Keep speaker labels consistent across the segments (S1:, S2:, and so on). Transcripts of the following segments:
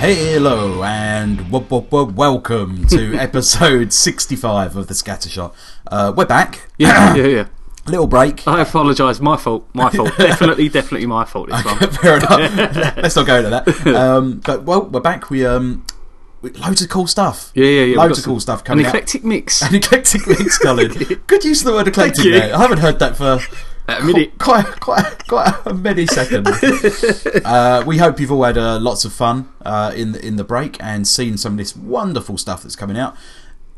S1: Hey, hello, and w- w- w- welcome to episode 65 of the Scattershot. Uh, we're back.
S2: Yeah, yeah, yeah.
S1: Little break.
S2: I apologise. My fault. My fault. definitely, definitely my fault. This one.
S1: Fair enough. Let's not go into that. Um, but well, we're back. We um, we, loads of cool stuff.
S2: Yeah, yeah, yeah. We've
S1: Loads
S2: got
S1: of cool
S2: some-
S1: stuff coming
S2: An
S1: up.
S2: eclectic mix.
S1: An eclectic mix, Colin. Good use of the word eclectic.
S2: you. Uh,
S1: There. I haven't heard that for
S2: A minute.
S1: quite quite quite a many seconds. uh, we hope you've all had uh, lots of fun uh, in the, in the break and seen some of this wonderful stuff that's coming out.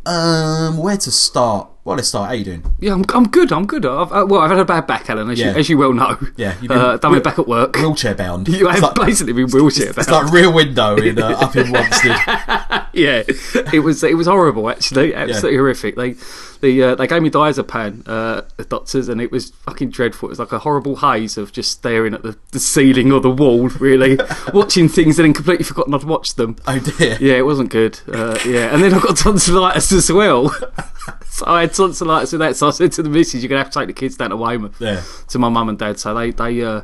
S1: Um, where to start? Well, let's start. How you doing?
S2: Yeah, I'm, I'm good. I'm good. I've, uh, well, I've had a bad back, Alan, as,
S1: Yeah.
S2: you, as you well know.
S1: Yeah, you've been-
S2: uh, done it back at work.
S1: Wheelchair bound.
S2: you
S1: It's
S2: have
S1: like-
S2: basically been wheelchair
S1: It's
S2: bound.
S1: like rear window in uh, up in Wanstead.
S2: yeah, it was it was horrible. Actually, absolutely horrific. They the uh, they gave me diazepam, uh, the doctors, and it was fucking dreadful. It was like a horrible haze of just staring at the, the ceiling or the wall, really, watching things and then completely forgotten I'd watched them.
S1: Oh dear.
S2: Yeah, it wasn't good. Uh, yeah, and then I got tonsillitis as well. so I had tonsillitis with that. So I said to the missus, "You're gonna have to take the kids down to Weymouth
S1: Yeah.
S2: to my mum and dad." So they they uh,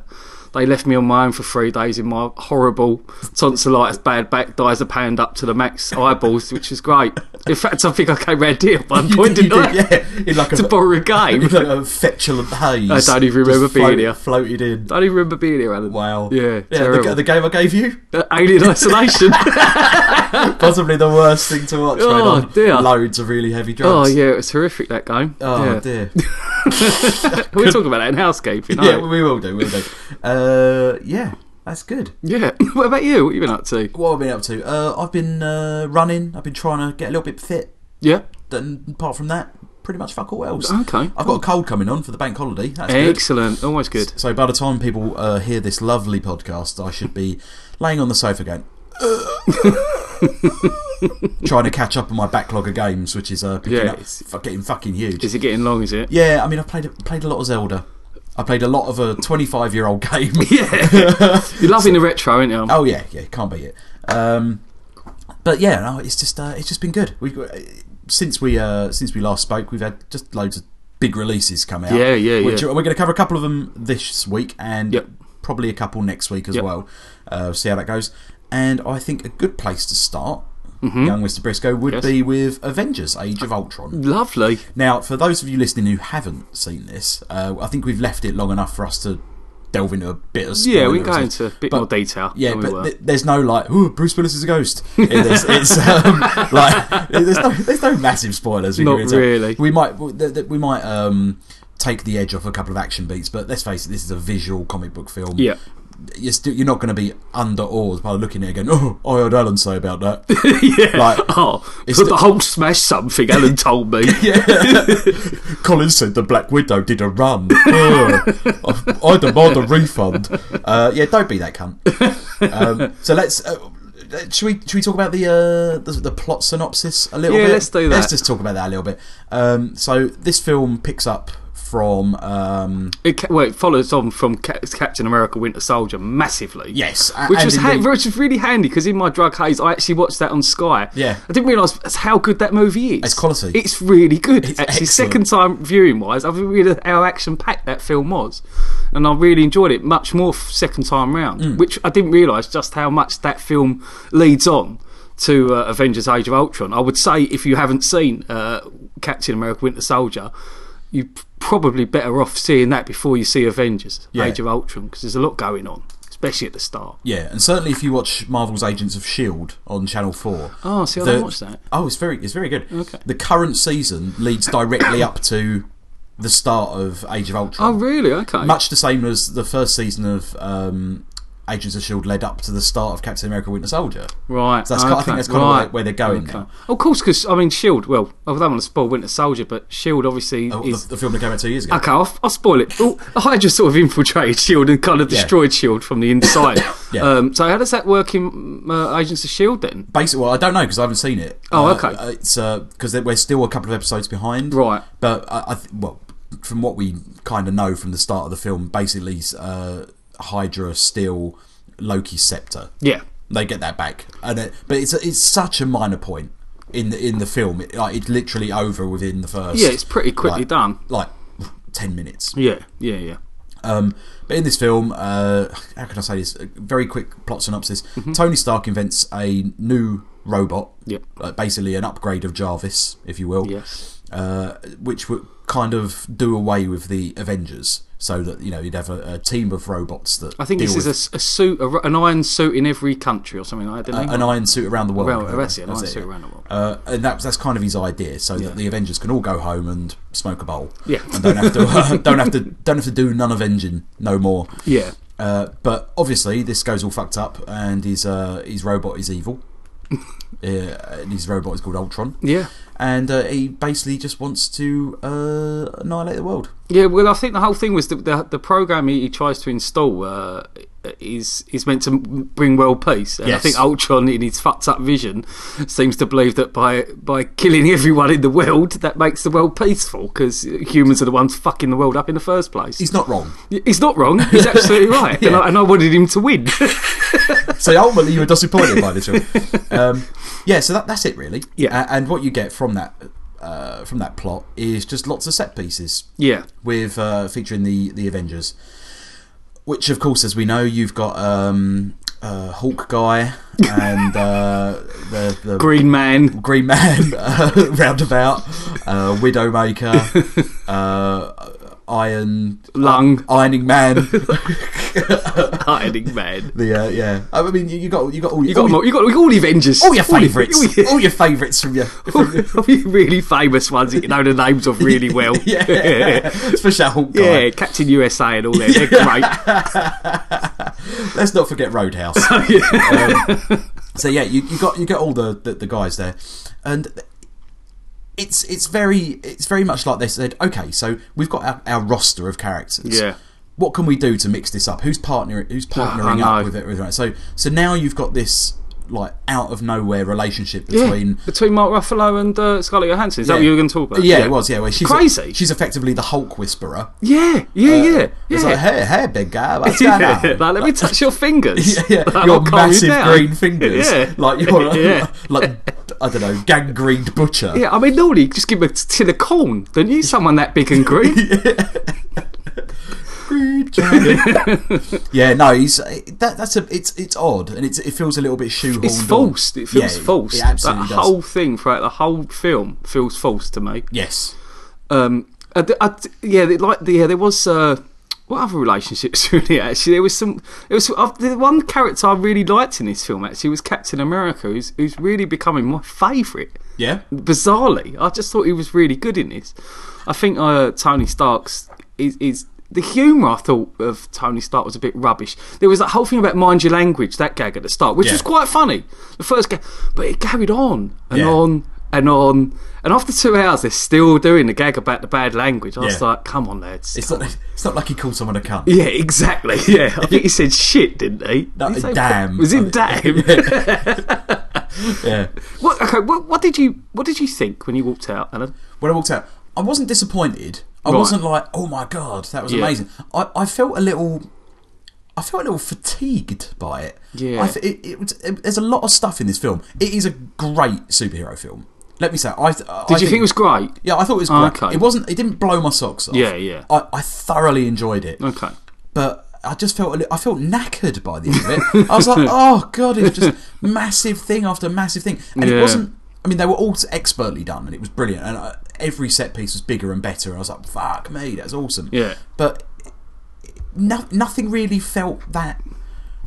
S2: they left me on my own for three days in my horrible tonsillitis, bad back, dies a pound up to the max eyeballs, which was great. In fact, I think I came round here at one
S1: You
S2: point,
S1: did- you
S2: didn't I?
S1: did, yeah. In like a,
S2: To borrow a
S1: in
S2: game.
S1: like a fetulent haze.
S2: I don't even
S1: Just
S2: remember being
S1: float-
S2: here.
S1: Floated in.
S2: I don't even remember being here, Alan.
S1: Wow.
S2: Yeah,
S1: Yeah. The,
S2: terrible.
S1: g- the game I gave you.
S2: Uh, alien isolation.
S1: Possibly the worst thing to watch. when
S2: Oh,
S1: on
S2: dear.
S1: Loads of really heavy
S2: oh
S1: drugs.
S2: yeah, it was horrific that game.
S1: Oh
S2: yeah.
S1: dear.
S2: We're talking about that in housekeeping.
S1: Yeah,
S2: aren't we?
S1: we will do. We'll do. Uh, yeah, that's good.
S2: Yeah. What about you? What have you been up to?
S1: What have I been up to? Uh, I've been uh, running. I've been trying to get a little bit fit.
S2: Yeah.
S1: Then apart from that, pretty much fuck all else.
S2: Okay.
S1: I've got a cold coming on for the bank holiday. That's good.
S2: Excellent. Always good.
S1: So by the time people uh, hear this lovely podcast, I should be laying on the sofa going. trying to catch up on my backlog of games, which is uh, picking
S2: Yeah,
S1: up,
S2: it's-
S1: fu- getting fucking huge.
S2: Is it getting long? Is it?
S1: Yeah, I mean, I played played a lot of Zelda. I played a lot of a 25 year old game.
S2: Yeah. You're loving the retro, aren't you?
S1: Oh yeah, yeah, can't beat it. Um, but yeah, no, it's just uh, it's just been good. We since we uh, since we last spoke, we've had just loads of big releases come out.
S2: Yeah, yeah,
S1: which
S2: yeah.
S1: We're going to cover a couple of them this week and
S2: Yep.
S1: probably a couple next week as
S2: Yep.
S1: well. Uh, see how that goes. And I think a good place to start,
S2: Mm-hmm.
S1: young Mister Briscoe, would
S2: Hmm? Yes. Hmm.
S1: be with Avengers: Age of Ultron.
S2: Lovely.
S1: Now, for those of you listening who haven't seen this, uh, I think we've left it long enough for us to delve into a bit of
S2: Yeah, we can
S1: spoilers.
S2: go into a bit
S1: But-
S2: more detail.
S1: yeah,
S2: than we
S1: but
S2: were.
S1: th- there's no like, ooh, Bruce Willis is a ghost. In this. It's um, like there's no there's no massive spoilers. We can
S2: Not
S1: really tell.
S2: really.
S1: uh, We might w- th- th- we might um take the edge off a couple of action beats, but let's face it, this is a visual comic book film.
S2: Yeah.
S1: You're, still, you're not going to be under awe by looking at it and going, oh, I heard Alan say about that.
S2: yeah.
S1: like,
S2: oh,
S1: it's
S2: but
S1: the-
S2: the whole smash something Alan told me.
S1: Colin said the Black Widow did a run. Ugh. I, I demand a refund. Uh, yeah, don't be that cunt. Um, so let's. Uh, should we should we talk about the, uh, the the plot synopsis a little
S2: Yeah,
S1: bit?
S2: let's do
S1: Let's
S2: that.
S1: just talk about that a little bit. Um, so this film picks up from um,
S2: It, ca- well, it follows on from Ca- Captain America: Winter Soldier massively.
S1: yes, a-
S2: Which
S1: and
S2: was,
S1: in
S2: ha-
S1: the-
S2: which was really handy because in my drug haze, I actually watched that on Sky.
S1: Yeah.
S2: I didn't realise that's how good that movie is.
S1: It's quality.
S2: It's really good.
S1: It's
S2: actually,
S1: excellent.
S2: second time viewing wise, I've realised how action packed that film was, and I really enjoyed it much more f- second time round.
S1: Mm.
S2: Which I didn't realise just how much that film leads on to uh, Avengers: Age of Ultron. I would say if you haven't seen uh, Captain America: Winter Soldier. You're p- probably better off seeing that before you see Avengers:
S1: Yeah.
S2: Age of Ultron because there's a lot going on, especially at the start.
S1: yeah, and certainly if you watch Marvel's Agents of Shield E on Channel Four.
S2: Oh, see, I
S1: the-
S2: don't watch that.
S1: Oh, it's very it's very good. Okay. The current season leads directly up to the start of Age of Ultron.
S2: Oh, really? Okay.
S1: much the same as the first season of um, Agents of Shield led up to the start of Captain America: Winter Soldier.
S2: right.
S1: So that's kind, I think
S2: okay,
S1: that's kind
S2: right.
S1: of where, where they're going
S2: Okay.
S1: now.
S2: Of course, because I mean, Shield. Well, I don't want to spoil Winter Soldier, but Shield E obviously
S1: Oh,
S2: is.
S1: the, the film that came out two years ago.
S2: Okay, I'll, I'll spoil it. Oh, Hydra sort of infiltrated Shield E and kind of
S1: Yeah.
S2: destroyed Shield E from the inside.
S1: Yeah.
S2: um, so how does that work in uh, Agents of Shield then?
S1: Basically, well, I don't know because I haven't seen it.
S2: Oh,
S1: Uh,
S2: okay.
S1: uh, it's because we're still a couple of episodes behind.
S2: Right.
S1: But I, I th- well, from what we kind of know from the start of the film, basically uh, Hydra still Loki's scepter.
S2: Yeah.
S1: they get that back. And it, but it's it's such a minor point in the in the film. It, like, it's literally over within the first.
S2: Yeah, it's pretty quickly
S1: like-
S2: done.
S1: Like ten minutes.
S2: Yeah. Yeah. Yeah.
S1: Um, but in this film, uh, how can I say this? A very quick plot synopsis. Tony Stark invents a new robot,
S2: Mm-hmm. Yep.
S1: like basically an upgrade of Jarvis, if you will,
S2: Yes.
S1: uh, which would kind of do away with the Avengers, so that you know you'd have a, a team of robots that
S2: I think
S1: deal
S2: this
S1: with
S2: is a, s- a suit, a r an iron suit in every country or something like that. didn't
S1: a-
S2: they?
S1: uh, an iron suit around the world.
S2: Well,
S1: I think
S2: that's it, an
S1: that's
S2: iron suit around the world.
S1: Uh, and that, that's kind of his idea, so
S2: Yeah.
S1: that the Avengers can all go home and smoke a bowl,
S2: Yeah.
S1: and don't have to don't have to don't have to do none of engine no more.
S2: yeah.
S1: Uh, but obviously, this goes all fucked up, and his uh, his robot is evil. uh, and his robot is called Ultron,
S2: Yeah.
S1: and uh, he basically just wants to uh, annihilate the world.
S2: Yeah, well, I think the whole thing was the the, the program he, he tries to install uh, is is meant to bring world peace, and I
S1: Yes.
S2: think Ultron, in his fucked up vision, seems to believe that by by killing everyone in the world, that makes the world peaceful because humans are the ones fucking the world up in the first place.
S1: He's not wrong.
S2: He's not wrong. He's absolutely right, and, I, and I wanted him to win.
S1: so ultimately, you were disappointed by this film. Um, yeah, so that, that's it really.
S2: Yeah.
S1: A- and what you get from that uh, from that plot is just lots of set pieces
S2: yeah,
S1: with uh, featuring the the Avengers, which of course, as we know, you've got um, uh, Hulk guy and uh, the, the
S2: Green Man.
S1: Green Man uh, roundabout, uh, Widowmaker, uh, Iron uh,
S2: Lung.
S1: Ironing Man.
S2: Ironing Man.
S1: The uh, yeah, I mean, you, you got you got all
S2: You got, them all, you got all the Avengers.
S1: all your favourites,
S2: All, your- Oh,
S1: all your favourites from your,
S2: all your really famous ones that you know the names of really well.
S1: yeah, especially that Hulk
S2: Yeah,
S1: guy.
S2: Captain USA and all that. They're great.
S1: Let's not forget Roadhouse.
S2: Oh,
S1: Um, so yeah, you, you got you got all the, the, the guys there, and it's it's very it's very much like they said. Okay, so we've got our, our roster of characters.
S2: Yeah. Ah,
S1: What can we do to mix this up? Who's partnering? Who's partnering
S2: I know.
S1: up with it? With it? So so now you've got this like out of nowhere relationship
S2: Yeah,
S1: between.
S2: between Mark Ruffalo and uh, Scarlett Johansson. Is that what you were going to talk about?
S1: Yeah, it was. Yeah, well, she's
S2: Crazy.
S1: she's effectively the Hulk whisperer.
S2: yeah, yeah,
S1: uh,
S2: yeah.
S1: It's
S2: yeah.
S1: like, hey, hey, big guy, what's going
S2: Yeah,
S1: on?
S2: like, let me touch your fingers.
S1: yeah, yeah.
S2: Like, I'll
S1: your
S2: calm you
S1: massive
S2: down.
S1: green fingers,
S2: Yeah.
S1: like you're
S2: Yeah.
S1: like I don't know, gangrened butcher.
S2: Yeah, I mean, normally you just give a tin of corn, don't you? Someone that big and green.
S1: Green dragon. yeah, no, he's that, that's a it's it's odd and it's it feels a little bit shoehorned.
S2: It's
S1: on.
S2: false. It feels
S1: Yeah,
S2: false.
S1: It absolutely
S2: that
S1: does.
S2: whole thing throughout the whole film feels false to me.
S1: yes,
S2: Um, I d- I d- yeah, they- like yeah, there was uh, what other relationships really? Actually, there was some. There was uh, the one character I really liked in this film. Actually, was Captain America, who's who's really becoming my favourite.
S1: yeah,
S2: Bizarrely, I just thought he was really good in this. I think uh, Tony Stark's is. is the humour I thought of Tony Stark was a bit rubbish. There was that whole thing about mind your language, that gag at the start, which
S1: Yeah.
S2: was quite funny. The first gag, but it carried on and
S1: Yeah.
S2: on and on. And after two hours, they're still doing the gag about the bad language. I was
S1: Yeah.
S2: like, come on, lads.
S1: it's not it's not like he called someone a cunt.
S2: yeah, exactly. Yeah, I think he said shit, didn't he?
S1: No,
S2: Did he say-
S1: damn.
S2: Was
S1: I
S2: it
S1: think-
S2: damn?
S1: Yeah.
S2: What, okay, what, what did you what did you think when you walked out, Alan?
S1: When I walked out, I wasn't disappointed. I
S2: Right.
S1: wasn't like, oh my god, that was
S2: Yeah.
S1: amazing. I, I felt a little. I felt a little fatigued by it.
S2: Yeah.
S1: I f- it, it, was- it- there's a lot of stuff in this film. It is a great superhero film. Let me say, I did.
S2: Did you think, it was great?
S1: Yeah, I thought it was great.
S2: Okay.
S1: It wasn't. It didn't blow my socks off.
S2: Yeah, yeah.
S1: I, I thoroughly enjoyed it,
S2: Okay.
S1: but I just felt a li- I felt knackered by the end of it. I was like, oh god, it was just massive thing after massive thing, and
S2: Yeah.
S1: it wasn't. I mean, they were all expertly done, and it was brilliant. And uh every set piece was bigger and better. And I was like, fuck me, that's awesome.
S2: Yeah.
S1: but no, nothing really felt that.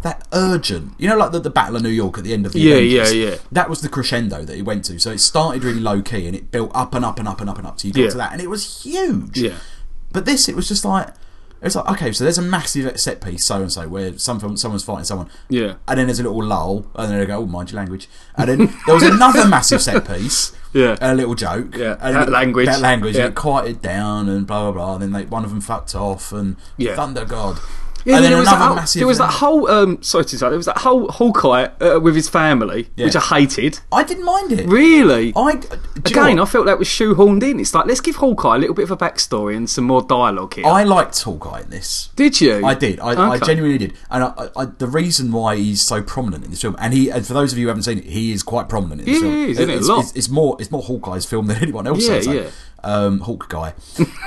S1: That urgent, you know, like the, the Battle of New York at the end of the
S2: Yeah,
S1: Avengers?
S2: yeah, yeah.
S1: That was the crescendo that it went to. So it started really low key, and it built up and up and up and up and up till you got
S2: Yeah.
S1: to that, and it was huge.
S2: Yeah.
S1: But this, it was just like it's like okay, so there's a massive set piece, so and so, where some someone's fighting someone,
S2: Yeah.
S1: and then there's a little lull, and then they go, oh, mind your language, and then there was another massive set piece,
S2: Yeah.
S1: and a little joke,
S2: Yeah,
S1: and
S2: that
S1: it-
S2: language.
S1: that language,
S2: Yeah.
S1: and it quieted down, and blah blah blah, and then they, one of them fucked off, and
S2: Yeah.
S1: thunder god,
S2: Yeah,
S1: and
S2: there
S1: then
S2: was
S1: another
S2: that whole,
S1: massive,
S2: There was that whole um, sorry to say, there was that whole Hawkeye uh, with his family,
S1: Yeah.
S2: which I hated.
S1: I didn't mind it,
S2: Really,
S1: I do Do you know
S2: Again,
S1: what?
S2: I felt that was shoehorned in. It's like let's give Hawkeye a little bit of a backstory and some more dialogue here.
S1: I liked Hawkeye in this.
S2: did you?
S1: Oh, I did. I, I
S2: Okay.
S1: genuinely did. And I, I, I, the reason why he's so prominent in this film, and he, and for those of you who haven't seen it, he is quite prominent in this
S2: He
S1: film.
S2: is, isn't he? A
S1: it's,
S2: lot.
S1: It's, it's more, it's more Hawkeye's film than anyone else.
S2: Yeah,
S1: I'd say.
S2: yeah.
S1: Um, Hawk guy.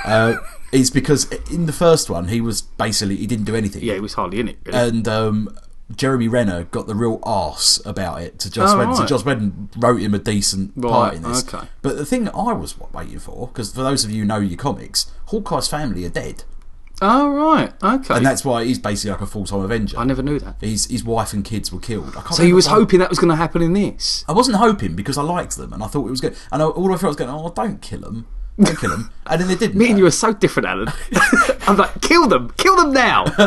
S1: uh, is because in the first one he was basically he didn't do anything.
S2: Yeah, he was hardly in it. Really.
S1: And um, Jeremy Renner got the real arse about it to Joss
S2: Oh,
S1: Whedon. So
S2: right.
S1: Joss Whedon wrote him a decent part
S2: Right,
S1: in this.
S2: okay.
S1: But the thing I was waiting for, because for those of you who know your comics, Hawkeye's family are dead.
S2: oh right, okay.
S1: And that's why he's basically like a full time Avenger.
S2: I never knew that.
S1: His his wife and kids were killed. I can't
S2: So he
S1: remember
S2: was
S1: why.
S2: hoping that was going to happen in this.
S1: I wasn't hoping because I liked them and I thought it was good. And I, all I thought was going, oh, don't kill them, don't kill them. And then they didn't.
S2: Me and you are so different, Alan. I'm like, kill them, kill them now.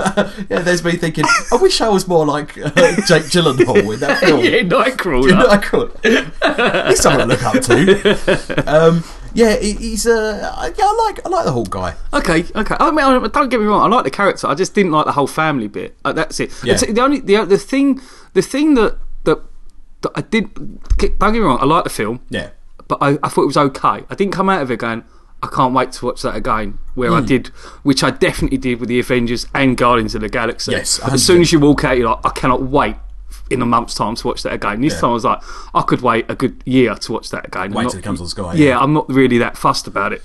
S1: yeah, there's me thinking. I wish I was more like uh, Jake Gyllenhaal in that film.
S2: yeah,
S1: No,
S2: Nightcrawler.
S1: I could. He's someone to look up to. Um, yeah, he, he's. Uh, I- yeah, I like. I like the Hawk guy.
S2: Okay, okay. I mean, I- don't get me wrong. I like the character. I just didn't like the whole family bit. Uh, that's it.
S1: Yeah.
S2: It's- The only the, the thing the thing that that, that I did. Don't get me wrong. I like the film.
S1: Yeah,
S2: but I, I thought it was okay. I didn't come out of it going, I can't wait to watch that again. Where
S1: Hmm.
S2: I did, which I definitely did with the Avengers and Guardians of the Galaxy.
S1: Yes,
S2: as soon
S1: 100%.
S2: as you walk out, you're like, I cannot wait in a month's time to watch that again. This
S1: Yeah.
S2: time I was like, I could wait a good year to watch that again.
S1: Wait
S2: I'm
S1: till it comes on Sky,
S2: Yeah,
S1: yeah.
S2: I'm not really that fussed about it.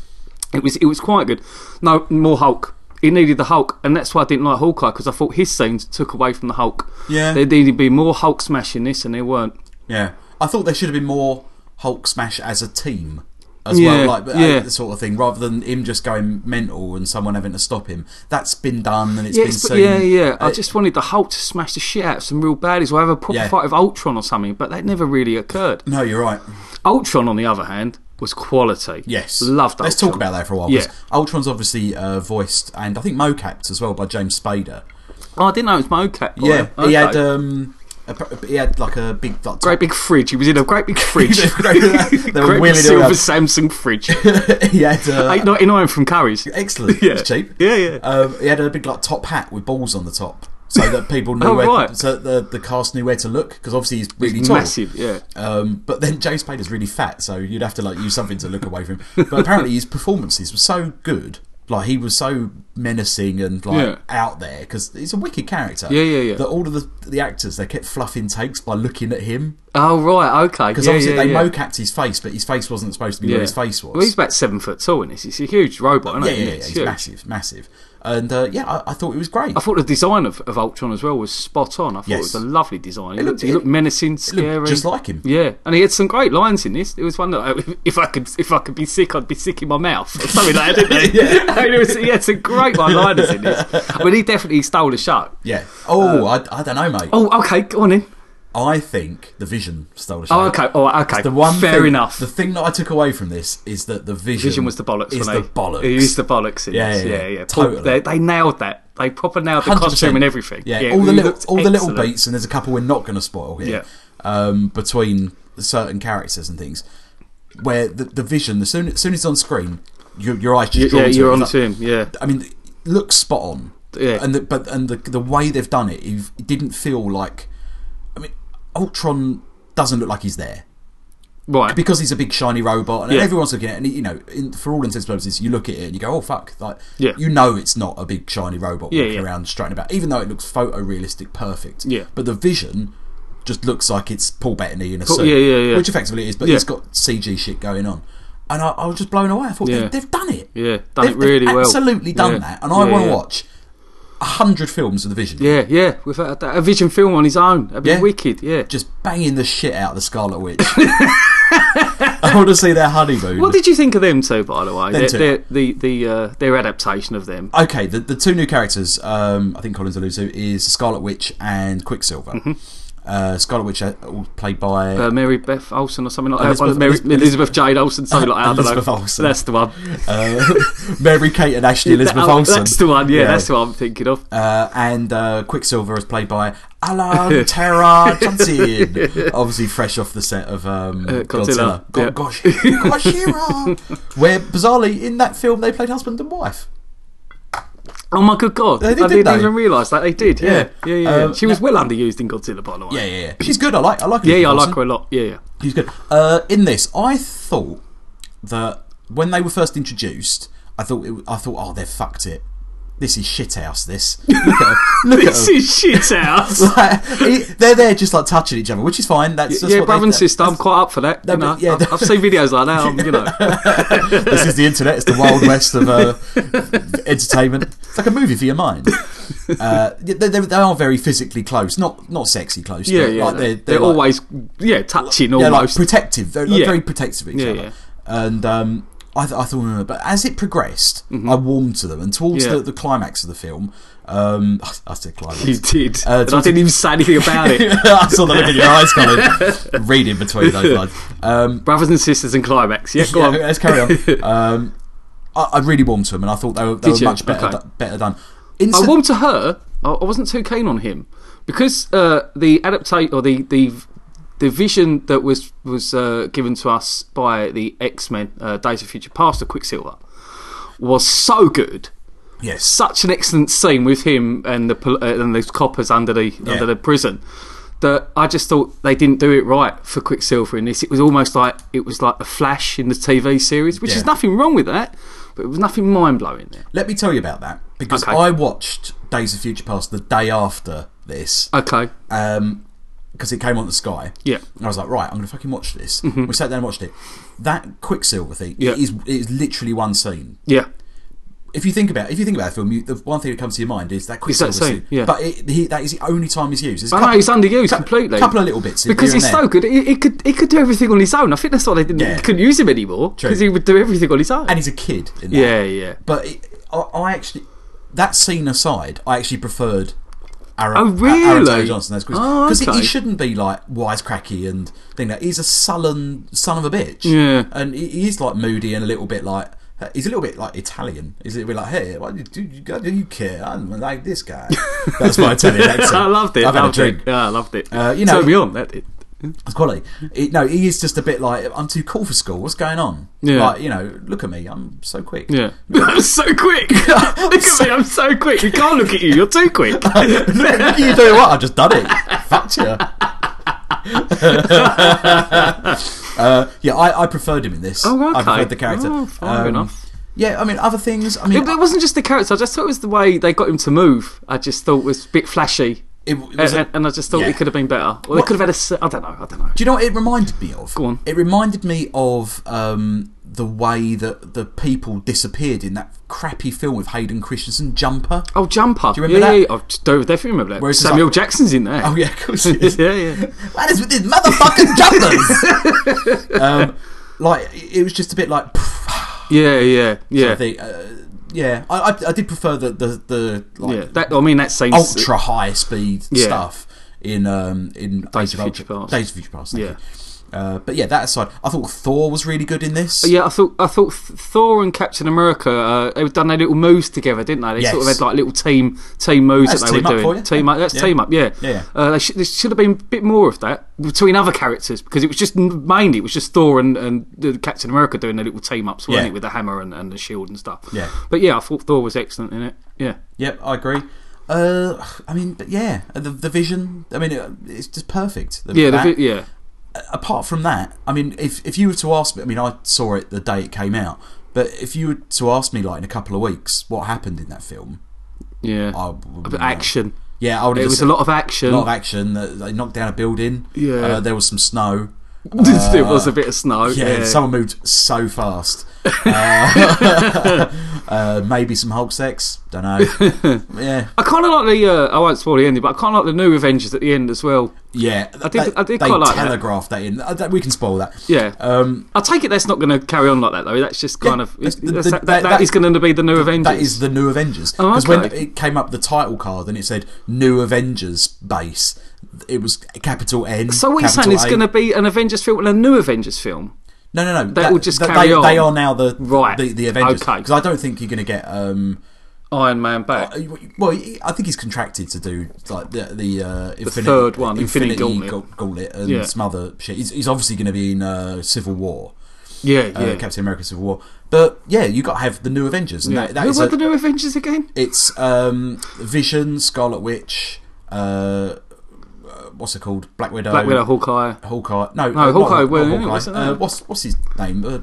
S2: It was it was quite good. No more Hulk. It needed the Hulk, and that's why I didn't like Hawkeye because I thought his scenes took away from the Hulk.
S1: Yeah.
S2: there needed to be more Hulk smash in this, and there weren't.
S1: yeah. I thought there should have been more Hulk smash as a team. As
S2: Yeah,
S1: well, like uh,
S2: yeah.
S1: that sort of thing, rather than him just going mental and someone having to stop him. That's been done and it's
S2: Yeah,
S1: been
S2: it's-
S1: seen.
S2: yeah, yeah. I
S1: Uh,
S2: just wanted the Hulk to smash the shit out of some real baddies or have a proper
S1: Yeah.
S2: fight with Ultron or something, but that never really occurred.
S1: No, you're right.
S2: Ultron, on the other hand, was quality.
S1: Yes,
S2: Loved Ultron.
S1: Let's talk about that for a while. 'cause
S2: Yeah.
S1: Ultron's obviously uh, voiced and I think mocapped as well by James Spader.
S2: Oh, I didn't know it was mocap. boy.
S1: Yeah,
S2: Okay.
S1: he had um, a, pr- he had like a big like,
S2: Great big fridge. He was in a great big fridge.
S1: They were
S2: great
S1: wheeling it
S2: big silver
S1: around.
S2: Samsung fridge.
S1: he had uh,
S2: Eight ninety nine from Curry's.
S1: excellent.
S2: Yeah.
S1: It was cheap.
S2: Yeah, yeah.
S1: Um, he had a big like top hat with balls on the top, so that people knew
S2: Oh,
S1: where,
S2: right.
S1: so that the the cast knew where to look because obviously he's really tall.
S2: Massive, yeah.
S1: Um, but then James Spader's really fat, so you'd have to like use something to look away from him. But apparently his performances were so good. Like he was so menacing and like
S2: Yeah.
S1: out there because he's a wicked character.
S2: Yeah, yeah, yeah.
S1: That all of the the actors they kept fluffing takes by looking at him
S2: Oh right, okay.
S1: because
S2: yeah,
S1: obviously
S2: yeah,
S1: they
S2: yeah.
S1: mocapped his face, but his face wasn't supposed to be where his face was.
S2: Well, he's about seven foot tall in this. He's a huge robot. Isn't
S1: Yeah,
S2: he?
S1: yeah, yeah.
S2: It's
S1: He's
S2: huge.
S1: massive, massive. And uh, yeah, I, I thought it was great.
S2: I thought the design of, of Ultron as well was spot on. I thought it
S1: Yes.
S2: was a lovely design. He
S1: It
S2: looked,
S1: looked-
S2: he looked
S1: it- It
S2: menacing,
S1: looked
S2: scary,
S1: just like him.
S2: yeah, and he had some great lines in this. There was one that I, if I could if I could be sick, I'd be sick in my mouth or something like that. Didn't he? I mean, it was, he had some great liners in this. I mean, he definitely stole the show.
S1: Yeah. Oh, I, I don't know, mate.
S2: Oh, okay, go on in.
S1: I think the Vision stole the show.
S2: Oh, okay, oh, okay.
S1: Uh, The one
S2: fair
S1: thing-
S2: enough.
S1: The thing that I took away from this is that the Vision,
S2: Vision was the bollocks.
S1: Is
S2: wasn't
S1: the
S2: he?
S1: bollocks.
S2: He was the bollocks in
S1: Yeah,
S2: this.
S1: yeah,
S2: Yeah,
S1: yeah.
S2: yeah.
S1: Totally.
S2: They, they nailed that. They proper nailed the
S1: 100%.
S2: costume and everything.
S1: Yeah,
S2: it
S1: all the little,
S2: looked
S1: all the little
S2: excellent.
S1: beats, and there's a couple we're not going to spoil here. Um, between certain characters and things, where the, the Vision, as soon as soon as it's on screen, your, your eyes just drawn
S2: Yeah,
S1: to
S2: you're
S1: it.
S2: on
S1: It's
S2: to
S1: like-
S2: him. Yeah.
S1: I mean, it looks spot on.
S2: Yeah.
S1: And the, but and the the way they've done it, you've- it didn't feel like. I mean, Ultron doesn't look like he's there
S2: Right.
S1: because he's a big shiny robot, and
S2: Yeah.
S1: everyone's looking at it. And you know, in, for all intents and purposes, you look at it and you go, "Oh fuck!" Like,
S2: Yeah.
S1: you know, it's not a big shiny robot
S2: Yeah,
S1: walking
S2: yeah.
S1: around strutting about, even though it looks photorealistic, perfect.
S2: Yeah.
S1: But the vision just looks like it's Paul Bettany in a
S2: Paul-
S1: suit,
S2: yeah, yeah, yeah.
S1: which effectively it is, but
S2: Yeah.
S1: he's got CG shit going on. And I, I was just blown away. I thought
S2: Yeah.
S1: they, have done it.
S2: Yeah, done
S1: They've-
S2: it really
S1: they've
S2: well.
S1: Absolutely done
S2: Yeah.
S1: that. And I
S2: Yeah,
S1: want to
S2: yeah.
S1: watch a hundred films of the Vision.
S2: Yeah, yeah. With a, a Vision film on his own, that'd be
S1: Yeah.
S2: wicked. Yeah.
S1: Just banging the shit out of the Scarlet Witch. I want to see their honeymoon.
S2: What did you think of them two, by the way? Their,
S1: two.
S2: their, the the uh, their adaptation of them.
S1: okay, the, the two new characters, um, I think Collins alludes to, is Scarlet Witch and Quicksilver. Uh, Scarlet Witch, uh, all played by.
S2: Mm-hmm. Uh, Mary Beth Olsen or something like that.
S1: Elizabeth-
S2: One of Mary,
S1: Elizabeth-
S2: Elizabeth, Jade Olsen, something like that. I don't
S1: Elizabeth
S2: know.
S1: Olsen.
S2: That's the one.
S1: uh, Mary Kate and Ashley Elizabeth
S2: That- oh,
S1: Olsen.
S2: That's the one. Yeah, that's the one I'm thinking of.
S1: Uh, and uh, Quicksilver is played by Alan Terra Johnson, obviously fresh off the set of um,
S2: Godzilla.
S1: Godzilla. Go-
S2: Yeah.
S1: Gosh, Godzilla, where bizarrely in that film they played husband and wife.
S2: Oh my good god!
S1: They did,
S2: I
S1: didn't
S2: didn't
S1: they?
S2: even realise that they did. Yeah,
S1: Yeah.
S2: yeah, yeah. yeah.
S1: Um,
S2: she was well underused in Godzilla, by the way.
S1: Yeah, yeah, yeah. She's good. I like. I like.
S2: yeah,
S1: Elizabeth
S2: yeah, I
S1: Olsen.
S2: like her a lot. Yeah, yeah.
S1: He's good. Uh, in this, I thought that when they were first introduced, I thought, it, I thought, oh, they've fucked it. This is shithouse, this. Look at 'em. Look at 'em.
S2: This is shit house.
S1: Like, it- they're there just like touching each other, which is fine. That's, that's
S2: yeah,
S1: what
S2: brother
S1: they,
S2: and sister, I'm quite up for that.
S1: No,
S2: you know,
S1: but- yeah,
S2: I've, I've seen videos like that. I'm, you know,
S1: this is the internet. It's the wild west of uh, entertainment. It's like a movie for your mind. Uh, they, they, they are very physically close, not not sexy close.
S2: yeah,
S1: but
S2: yeah.
S1: like
S2: no.
S1: they're,
S2: they're
S1: they're, like-
S2: always yeah touching
S1: they're like
S2: almost.
S1: protective. They're like
S2: Yeah.
S1: very protective of each
S2: Yeah,
S1: other.
S2: yeah.
S1: And um, I, th- I thought, "Mm," but as it progressed, I warmed to them, and towards
S2: Mm-hmm. Yeah.
S1: the, the climax of the film, um, I, I said climax.
S2: you did,
S1: Uh,
S2: and I didn't even say anything about it.
S1: I saw the look in your eyes, Colin. Read in between those lines. Um,
S2: Brothers and sisters and climax. Yeah, go
S1: yeah,
S2: on.
S1: let's carry on. Um, I, I really warmed to him, and I thought they were, they
S2: Did
S1: were
S2: you?
S1: much better,
S2: Okay. Oh,
S1: do- better done. Instant,
S2: I warmed to her. I I wasn't too keen on him because uh, the adaptate or the the the vision that was was uh, given to us by the X Men uh, Days of Future Past of Quicksilver was so good.
S1: yes,
S2: Such an excellent scene with him and the pol- uh, and the coppers under the under the prison. That I just thought they didn't do it right for Quicksilver in this. It was almost like it was like a flash in the TV series, which is
S1: Yeah.
S2: nothing wrong with that, but it was nothing mind blowing there.
S1: let me tell you about that because
S2: Okay.
S1: I watched Days of Future Past the day after this
S2: Okay,
S1: because it came on the Sky.
S2: Yeah.
S1: and I was like, right, I'm going to fucking watch this. We sat down and watched it. That Quicksilver thing
S2: Mm-hmm. Yeah.
S1: it is it is literally one scene.
S2: yeah,
S1: If you think about if you think about the film, you, the one thing that comes to your mind is that Quicksilver
S2: scene,
S1: scene.
S2: yeah.
S1: But it, he, that is the only time he's used. There's a
S2: I know
S1: couple-
S2: he's underused completely.
S1: couple of little bits
S2: because
S1: here and
S2: he's
S1: there.
S2: so good. He, he could he could do everything on his own. I think that's why they didn't
S1: Yeah.
S2: couldn't use him anymore because he would do everything on his own.
S1: and he's a kid. In that.
S2: yeah, yeah.
S1: But it, I, I actually, that scene aside, I actually preferred Aaron,
S2: Oh, really?
S1: Aaron Taylor Johnson as Chris
S2: Oh,
S1: because he,
S2: okay.
S1: he shouldn't be like wisecracky and thing that he's a sullen son of a bitch.
S2: Yeah.
S1: and he, he is like moody and a little bit like. He's a little bit like Italian. He's a little bit like, hey, why do you, do you- do you care? I'm like this guy. That's my Italian accent.
S2: I loved it.
S1: I've had a
S2: loved
S1: drink.
S2: it. Yeah, I loved it.
S1: Uh, you know-
S2: Turned me on. That did.
S1: It's quality. It, no, he is just a bit like, I'm too cool for school. What's going on?
S2: Yeah.
S1: Like, you know, look at me. I'm so quick.
S2: Yeah, that was so quick. look at me, I'm so quick. You can't look at you. You're too quick.
S1: look, look at you doing what? I've just done it. Fucked you. uh, yeah, I, I preferred him in this.
S2: Oh, okay.
S1: I preferred the character. Um,
S2: Oh, fair enough.
S1: Yeah, I mean, other things. I mean,
S2: It, it wasn't just the character. I just thought it was the way they got him to move. I just thought was a bit flashy,
S1: it was a-
S2: and, and I just thought
S1: yeah.
S2: it could have been better. Or they could have had a. s- I don't know. I don't know.
S1: do you know what it reminded me of?
S2: Go on.
S1: It reminded me of um, the way that the people disappeared in that crappy film with Hayden Christensen, Jumper.
S2: Oh, jumper. Do
S1: you remember
S2: yeah,
S1: that?
S2: Oh, Yeah, yeah. I do definitely remember that.
S1: Where it's just
S2: Samuel
S1: like-
S2: Jackson's in there.
S1: Oh, yeah, of course it is.
S2: yeah, yeah.
S1: That is with these motherfucking jumpers. um, like, it was just a bit like.
S2: Yeah, yeah,
S1: I
S2: yeah.
S1: think, uh, yeah, I, I, I did prefer the the, the like
S2: yeah. That I mean that seems
S1: ultra high speed
S2: Yeah.
S1: stuff in um in Days
S2: of Future Past.
S1: Days of Future Past. Thank
S2: Yeah.
S1: you. Uh, but yeah, that aside, I thought Thor was really good in this.
S2: Oh, Yeah, I thought I thought Thor and Captain America uh, they've done their little moves together, didn't they? They sort of
S1: Yes.
S2: had like little team team moves
S1: That's
S2: that they
S1: team
S2: were
S1: up
S2: doing.
S1: for you.
S2: Team up, that's
S1: Yeah.
S2: team up. Yeah,
S1: Yeah.
S2: Uh, they should, there should have been a bit more of that between other characters because it was just mainly it was just Thor and, and the Captain America doing their little team ups, weren't
S1: Yeah.
S2: it, with the hammer and, and the shield and stuff.
S1: Yeah.
S2: but yeah, I thought Thor was excellent in it. Yeah,
S1: Yep, I agree. Uh, I mean, but yeah, uh, the the vision. I mean, it, it's just perfect. The-
S2: yeah, the,
S1: that-
S2: vi- yeah.
S1: apart from that, I mean, if if you were to ask me, I mean, I saw it the day it came out, but if you were to ask me, like in a couple of weeks, what happened in that film,
S2: Yeah,
S1: I would-
S2: But action.
S1: Yeah, I would.
S2: It was a lot of action.
S1: lot of action. They- They knocked down a building.
S2: Yeah.
S1: uh, there was some snow.
S2: there was a bit of snow.
S1: Yeah,
S2: Yeah,
S1: someone moved so fast. uh, uh, maybe some Hulk sex. Don't know. Yeah,
S2: I kind of like the. Uh, I won't spoil the ending, but I kind of like the new Avengers at the end as well.
S1: yeah. I
S2: did-
S1: They,
S2: I did
S1: they
S2: quite like that.
S1: telegraphed that, in. Uh, that- We can spoil that.
S2: Yeah.
S1: Um,
S2: I take it that's not going to carry on like that though. That's just kind
S1: Yeah,
S2: of
S1: that's the-
S2: that's-
S1: the-
S2: that,
S1: that-
S2: that is going to be the new Avengers.
S1: that is the new Avengers.
S2: Oh,
S1: Because when
S2: okay.
S1: it came up the title card and it said New Avengers base, it was capital N.
S2: so what you're saying
S1: capital
S2: is
S1: A.
S2: going to be an Avengers film and a new Avengers film.
S1: No, no, no.
S2: That will just
S1: they,
S2: carry on.
S1: They are now the
S2: Right.
S1: the, the Avengers.
S2: Okay.
S1: Because I don't think you're going to get. Um,
S2: Iron Man back.
S1: Uh, Well, he- I think he's contracted to do like the the, uh, Infinity,
S2: third one, Infinity Gauntlet.
S1: Gau- Gauntlet and
S2: Yeah.
S1: some other shit. He's, he's obviously going to be in uh, Civil War,
S2: yeah,
S1: uh,
S2: yeah.
S1: Captain America: Civil War. But yeah, you got to have the new Avengers, and
S2: yeah.
S1: that, that
S2: Who
S1: is
S2: were
S1: a-
S2: the new Avengers again?
S1: it's um, Vision, Scarlet Witch, uh, uh, what's it called, Black Widow,
S2: Black Widow, Hawkeye.
S1: Hawkeye. No,
S2: No,
S1: uh, not-
S2: Hawkeye,
S1: not
S2: well, yeah,
S1: Hawkeye.
S2: what's that
S1: Uh,
S2: name?
S1: what's what's his name? Uh,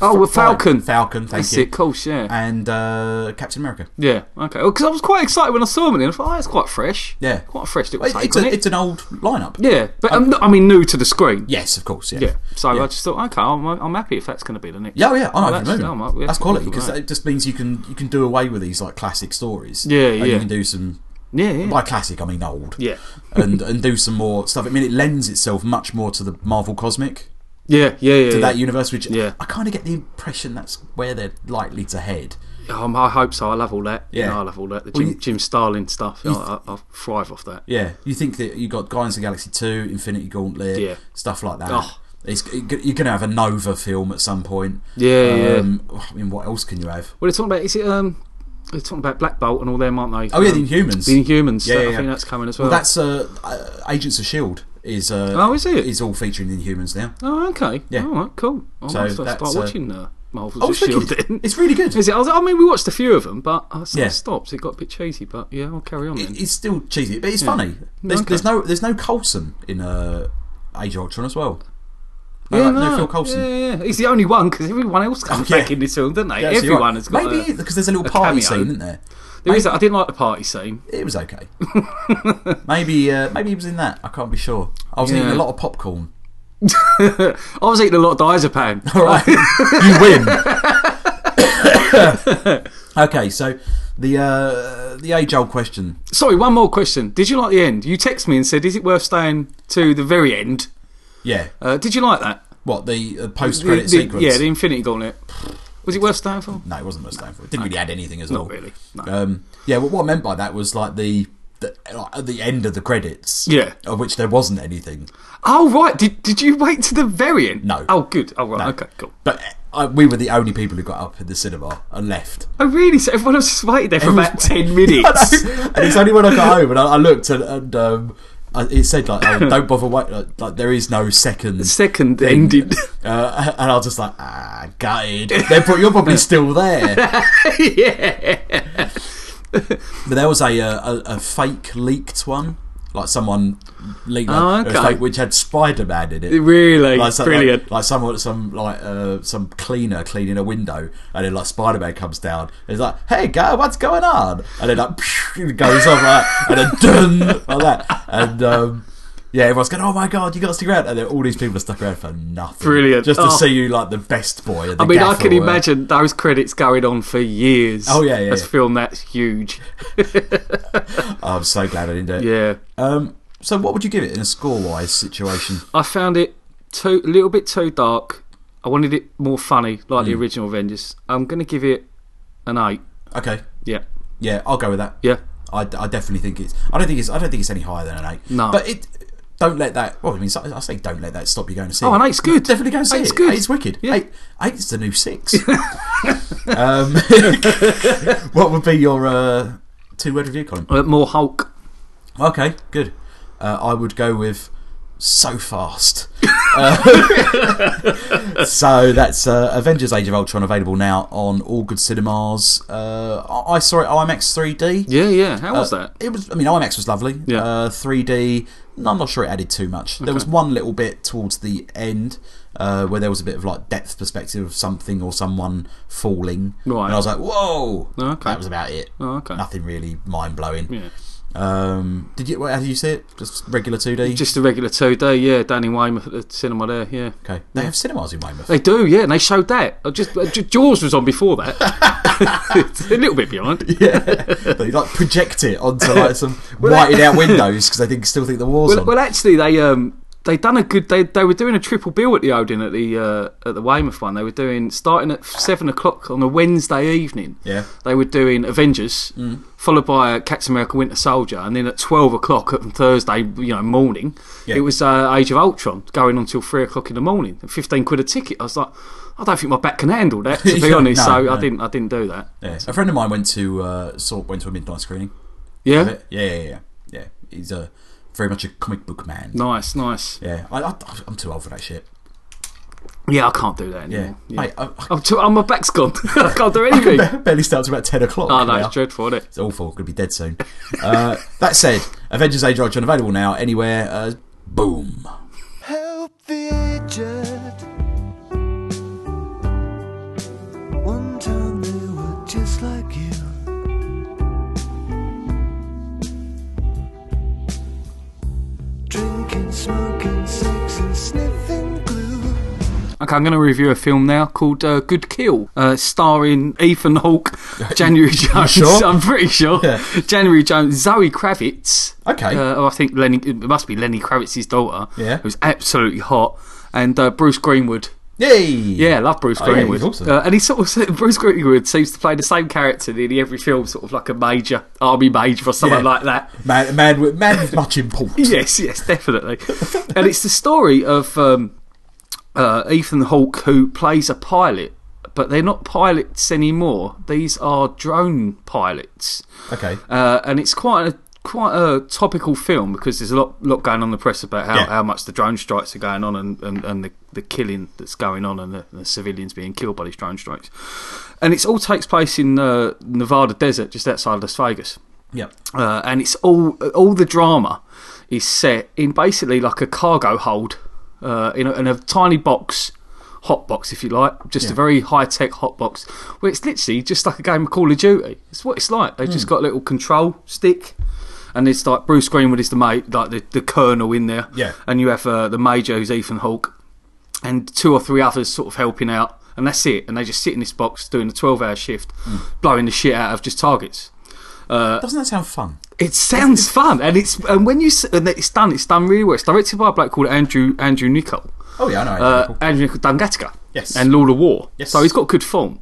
S2: Oh, well, Falcon.
S1: Falcon, thank
S2: That's
S1: you.
S2: it, course, yeah.
S1: And uh, Captain America.
S2: yeah, okay. Because I was quite excited when I saw him, and I thought, oh, that's quite fresh.
S1: Yeah.
S2: Quite a fresh little
S1: It,
S2: take
S1: it's,
S2: on
S1: a,
S2: it.
S1: it's an old lineup.
S2: Yeah, but um, no- I mean, new to the screen.
S1: Yes, of course. Yeah.
S2: Yeah. So
S1: Yeah.
S2: I just thought, okay, I'm, I'm happy if that's going to be the next.
S1: Yeah, oh, yeah, I'm
S2: Oh,
S1: over the
S2: that's-
S1: moon.
S2: I'm up- yeah,
S1: that's quality
S2: right.
S1: because it just means you can you can do away with these like classic stories.
S2: Yeah,
S1: and You
S2: yeah.
S1: can do some
S2: Yeah, yeah.
S1: by classic I mean old.
S2: yeah.
S1: and and do some more stuff. I mean, it lends itself much more to the Marvel cosmic
S2: Yeah, yeah, yeah.
S1: to
S2: yeah.
S1: that universe, which
S2: Yeah.
S1: I kind of get the impression that's where they're likely to head.
S2: Um, I hope so. I love all that.
S1: Yeah.
S2: Yeah, I love all that. The
S1: Well,
S2: Jim,
S1: you-
S2: Jim Starlin stuff.
S1: you
S2: I, I, I thrive off that.
S1: Yeah, you think that you got Guardians of the Galaxy two, Infinity Gauntlet,
S2: Yeah.
S1: stuff like that.
S2: Oh.
S1: It's, you're going to have a Nova film at some point.
S2: Yeah, yeah.
S1: um, I mean, what else can you have?
S2: Well, they're talking about is it um, they're talking about Black Bolt and all them, aren't they?
S1: Oh yeah, the
S2: Um,
S1: Inhumans.
S2: the Inhumans.
S1: Yeah,
S2: that-
S1: yeah,
S2: I
S1: yeah.
S2: think that's coming as
S1: well,
S2: well.
S1: that's uh, uh, Agents of Shield is. Uh,
S2: Oh, is it?
S1: Is all featuring the Inhumans now.
S2: oh okay.
S1: Yeah.
S2: All right. Cool. I
S1: So
S2: might start
S1: that's,
S2: start
S1: uh,
S2: watching uh, Marvel's
S1: Oh,
S2: oh,
S1: it's wicked.
S2: Shield. Then.
S1: It's really good.
S2: Is it? I, was- I mean, we watched a few of them, but I sort
S1: Yeah.
S2: of stopped. It got a bit cheesy, but yeah, I'll carry on then.
S1: It- It's still cheesy, but it's funny. There's,
S2: Okay.
S1: there's no there's no Coulson in uh, Age of Ultron as well. No,
S2: yeah,
S1: like, no Phil Coulson.
S2: Yeah, yeah, yeah. he's the only one because everyone else comes
S1: Oh, yeah.
S2: back in this film, doesn't they?
S1: Yeah, so you're
S2: Everyone
S1: right.
S2: has got.
S1: maybe
S2: a-
S1: because there's a little party
S2: cameo.
S1: scene, isn't there?
S2: there is. I didn't like the party scene.
S1: It was okay. maybe uh, maybe he was in that. I can't be sure. I was eating
S2: Yeah.
S1: a lot of popcorn.
S2: I was eating a lot of diazepam.
S1: All right, you win. okay, so the uh, the age old question.
S2: Sorry, one more question. Did you like the end? You text me and said, "Is it worth staying to the very end?"
S1: Yeah,
S2: Uh, did you like that?
S1: what the uh, post
S2: The-
S1: credit
S2: the-
S1: sequence?
S2: Yeah, the Infinity Gauntlet. Was it worth staying for?
S1: No, it wasn't much time for it. Didn't really add anything as well.
S2: Not really. No.
S1: Um, yeah, well, what I meant by that was like the, the like, at the end of the credits.
S2: Yeah.
S1: Of which there wasn't anything.
S2: oh right. Did Did you wait to the very end?
S1: No.
S2: Oh good. Oh right. Okay. Cool.
S1: But uh, we were the only people who got up in the cinema and left.
S2: Oh really? So everyone else just waited there for about ten minutes.
S1: I know. and it's only when I got home and I, I looked and, and um, I, it said like, oh, "Don't bother wait." Like, like there is no second.
S2: Second ended.
S1: Uh, and I was just like, "Ah, gutted." They're, pro- you're probably still there.
S2: yeah.
S1: But there was a, uh, a a fake leaked one, like someone leaked,
S2: Oh,
S1: one, it was
S2: okay.
S1: fake, which had Spider Man in it.
S2: Really
S1: Like, so-
S2: brilliant.
S1: Like, like someone, some like uh, some cleaner cleaning a window, and then like Spider Man comes down. And he's like, "Hey, go, what's going on?" And then like it goes off like, and then dun like that, and um, yeah, everyone's going, "Oh my god, you got to stick around!" And then all these people are stuck around for nothing.
S2: Brilliant.
S1: just to
S2: Oh.
S1: see you like the best boy. And the
S2: I mean, I
S1: gaffer
S2: can
S1: were.
S2: imagine those credits going on for years.
S1: Oh, yeah, yeah,
S2: That's
S1: yeah.
S2: film that's huge.
S1: I'm so glad I didn't do it.
S2: Yeah.
S1: Um, so what would you give it in a score wise situation?
S2: I found it too a little bit too dark. I wanted it more funny, like
S1: Hmm.
S2: the original Avengers. I'm gonna give it an eight.
S1: Okay.
S2: Yeah,
S1: Yeah, I'll go with that.
S2: yeah,
S1: I, I definitely think it's. I don't think it's. I don't think it's any higher than an eight.
S2: No.
S1: but it. Don't let that. Well, I mean, so- I say don't let that stop you going to see.
S2: Oh,
S1: it.
S2: an eight's good.
S1: Definitely go and see
S2: Eight's
S1: it.
S2: good.
S1: Eight's wicked.
S2: Yeah.
S1: Eight, eight's the new six. um, what would be your uh, two-word review, Colin?
S2: uh, more Hulk.
S1: Okay, good. Uh, I would go with so fast. Uh, so that's uh, Avengers: Age of Ultron available now on all good cinemas. Uh, I-, I saw it IMAX 3D.
S2: Yeah, yeah. How was
S1: Uh,
S2: that?
S1: It was. I mean, IMAX was lovely.
S2: Yeah.
S1: Uh, 3D. no, I'm not sure it added too much. There was one little bit towards the end uh, where there was a bit of like depth perspective of something or someone falling.
S2: Right.
S1: And I was like, whoa.
S2: Oh, okay.
S1: That was about it.
S2: Oh, okay.
S1: Nothing really mind blowing.
S2: Yeah.
S1: Um, did you? How did you see it? Just regular 2D.
S2: Just a regular two day. Yeah, down in Weymouth at the cinema there. Yeah,
S1: okay. They have cinemas in Weymouth.
S2: they do. Yeah, and they showed that. I just uh, J- Jaws was on before that. It's a little bit behind.
S1: yeah. they like project it onto like some whited out windows because they think still think the war's
S2: Well,
S1: on.
S2: well, actually, they um they done a good. They they were doing a triple bill at the Odin at the uh, at the Weymouth one. They were doing starting at seven o'clock on a Wednesday evening.
S1: yeah. Mm.
S2: they were doing Avengers, followed by uh, Captain America: Winter Soldier, and then at twelve o'clock on Thursday, you know, morning,
S1: Yeah.
S2: it was uh, Age of Ultron going on till three o'clock in the morning. And Fifteen quid a ticket. I was like, I don't think my back can handle that. To be
S1: Yeah,
S2: honest,
S1: no,
S2: so
S1: no.
S2: I didn't. I didn't do that.
S1: Yeah. A friend of mine went to uh, saw went to a midnight screening. of
S2: Yeah,
S1: it. Yeah, yeah, yeah, yeah. He's a very much a comic book man.
S2: nice, nice.
S1: Yeah, I, I, I'm too old for that shit.
S2: Yeah, I can't do that
S1: Yeah,
S2: anymore.
S1: Mate, I, I
S2: I'm too, oh, my back's gone. I can't do anything.
S1: can barely start to about ten o'clock.
S2: Oh no,
S1: now.
S2: it's dreadful, isn't it?
S1: It's awful. Gonna be dead soon. uh, that said, Avengers: Age of Ultron available now anywhere. Uh, boom.
S3: Help the aged.
S2: Okay, I'm going to review a film now called uh, Good Kill, uh, starring Ethan Hawke, January Jones.
S1: sure?
S2: I'm pretty sure.
S1: Yeah.
S2: January Jones, Zoe Kravitz.
S1: Okay.
S2: Uh, oh, I think Lenny. It must be Lenny Kravitz's daughter.
S1: Yeah.
S2: Who's absolutely hot, and uh, Bruce Greenwood.
S1: Yay!
S2: Yeah, I love Bruce
S1: Oh, yeah,
S2: Greenwood.
S1: he's awesome.
S2: uh, and he sort of Bruce Greenwood seems to play the same character nearly every film, sort of like a major army major or something
S1: Yeah.
S2: like that.
S1: Man, man, with- man with much import.
S2: Yes, yes, definitely. and it's the story of um, uh, Ethan Hawke who plays a pilot, but they're not pilots anymore. These are drone pilots,
S1: Okay.
S2: uh, and it's quite a quite a topical film because there's a lot lot going on in the press about how,
S1: Yeah.
S2: how much the drone strikes are going on and, and, and the, the killing that's going on and the, the civilians being killed by these drone strikes. And it all takes place in the Nevada desert, just outside of Las Vegas
S1: Yep.
S2: uh, and it's all all the drama is set in basically like a cargo hold uh, in, a, in a tiny box hot box if you like just
S1: Yeah.
S2: a very high tech hot box where it's literally just like a game of Call of Duty it's what it's like they've
S1: Hmm.
S2: just got a little control stick and it's like Bruce Greenwood is the mate like the, the colonel in there
S1: Yeah.
S2: and you have uh, the major who's Ethan Hawke and two or three others sort of helping out, and that's it. And they just sit in this box doing a 12 hour shift,
S1: Hmm.
S2: blowing the shit out of just targets. Uh,
S1: Doesn't that sound fun?
S2: It sounds fun, and it's and when you s- and it's done, it's done really well. It's directed by a bloke called Andrew Andrew Nichol,
S1: Oh yeah, I know.
S2: uh, Andrew Nichol Dungatka,
S1: Yes.
S2: and Lord of War.
S1: Yes. Hmm.
S2: so he's got good form.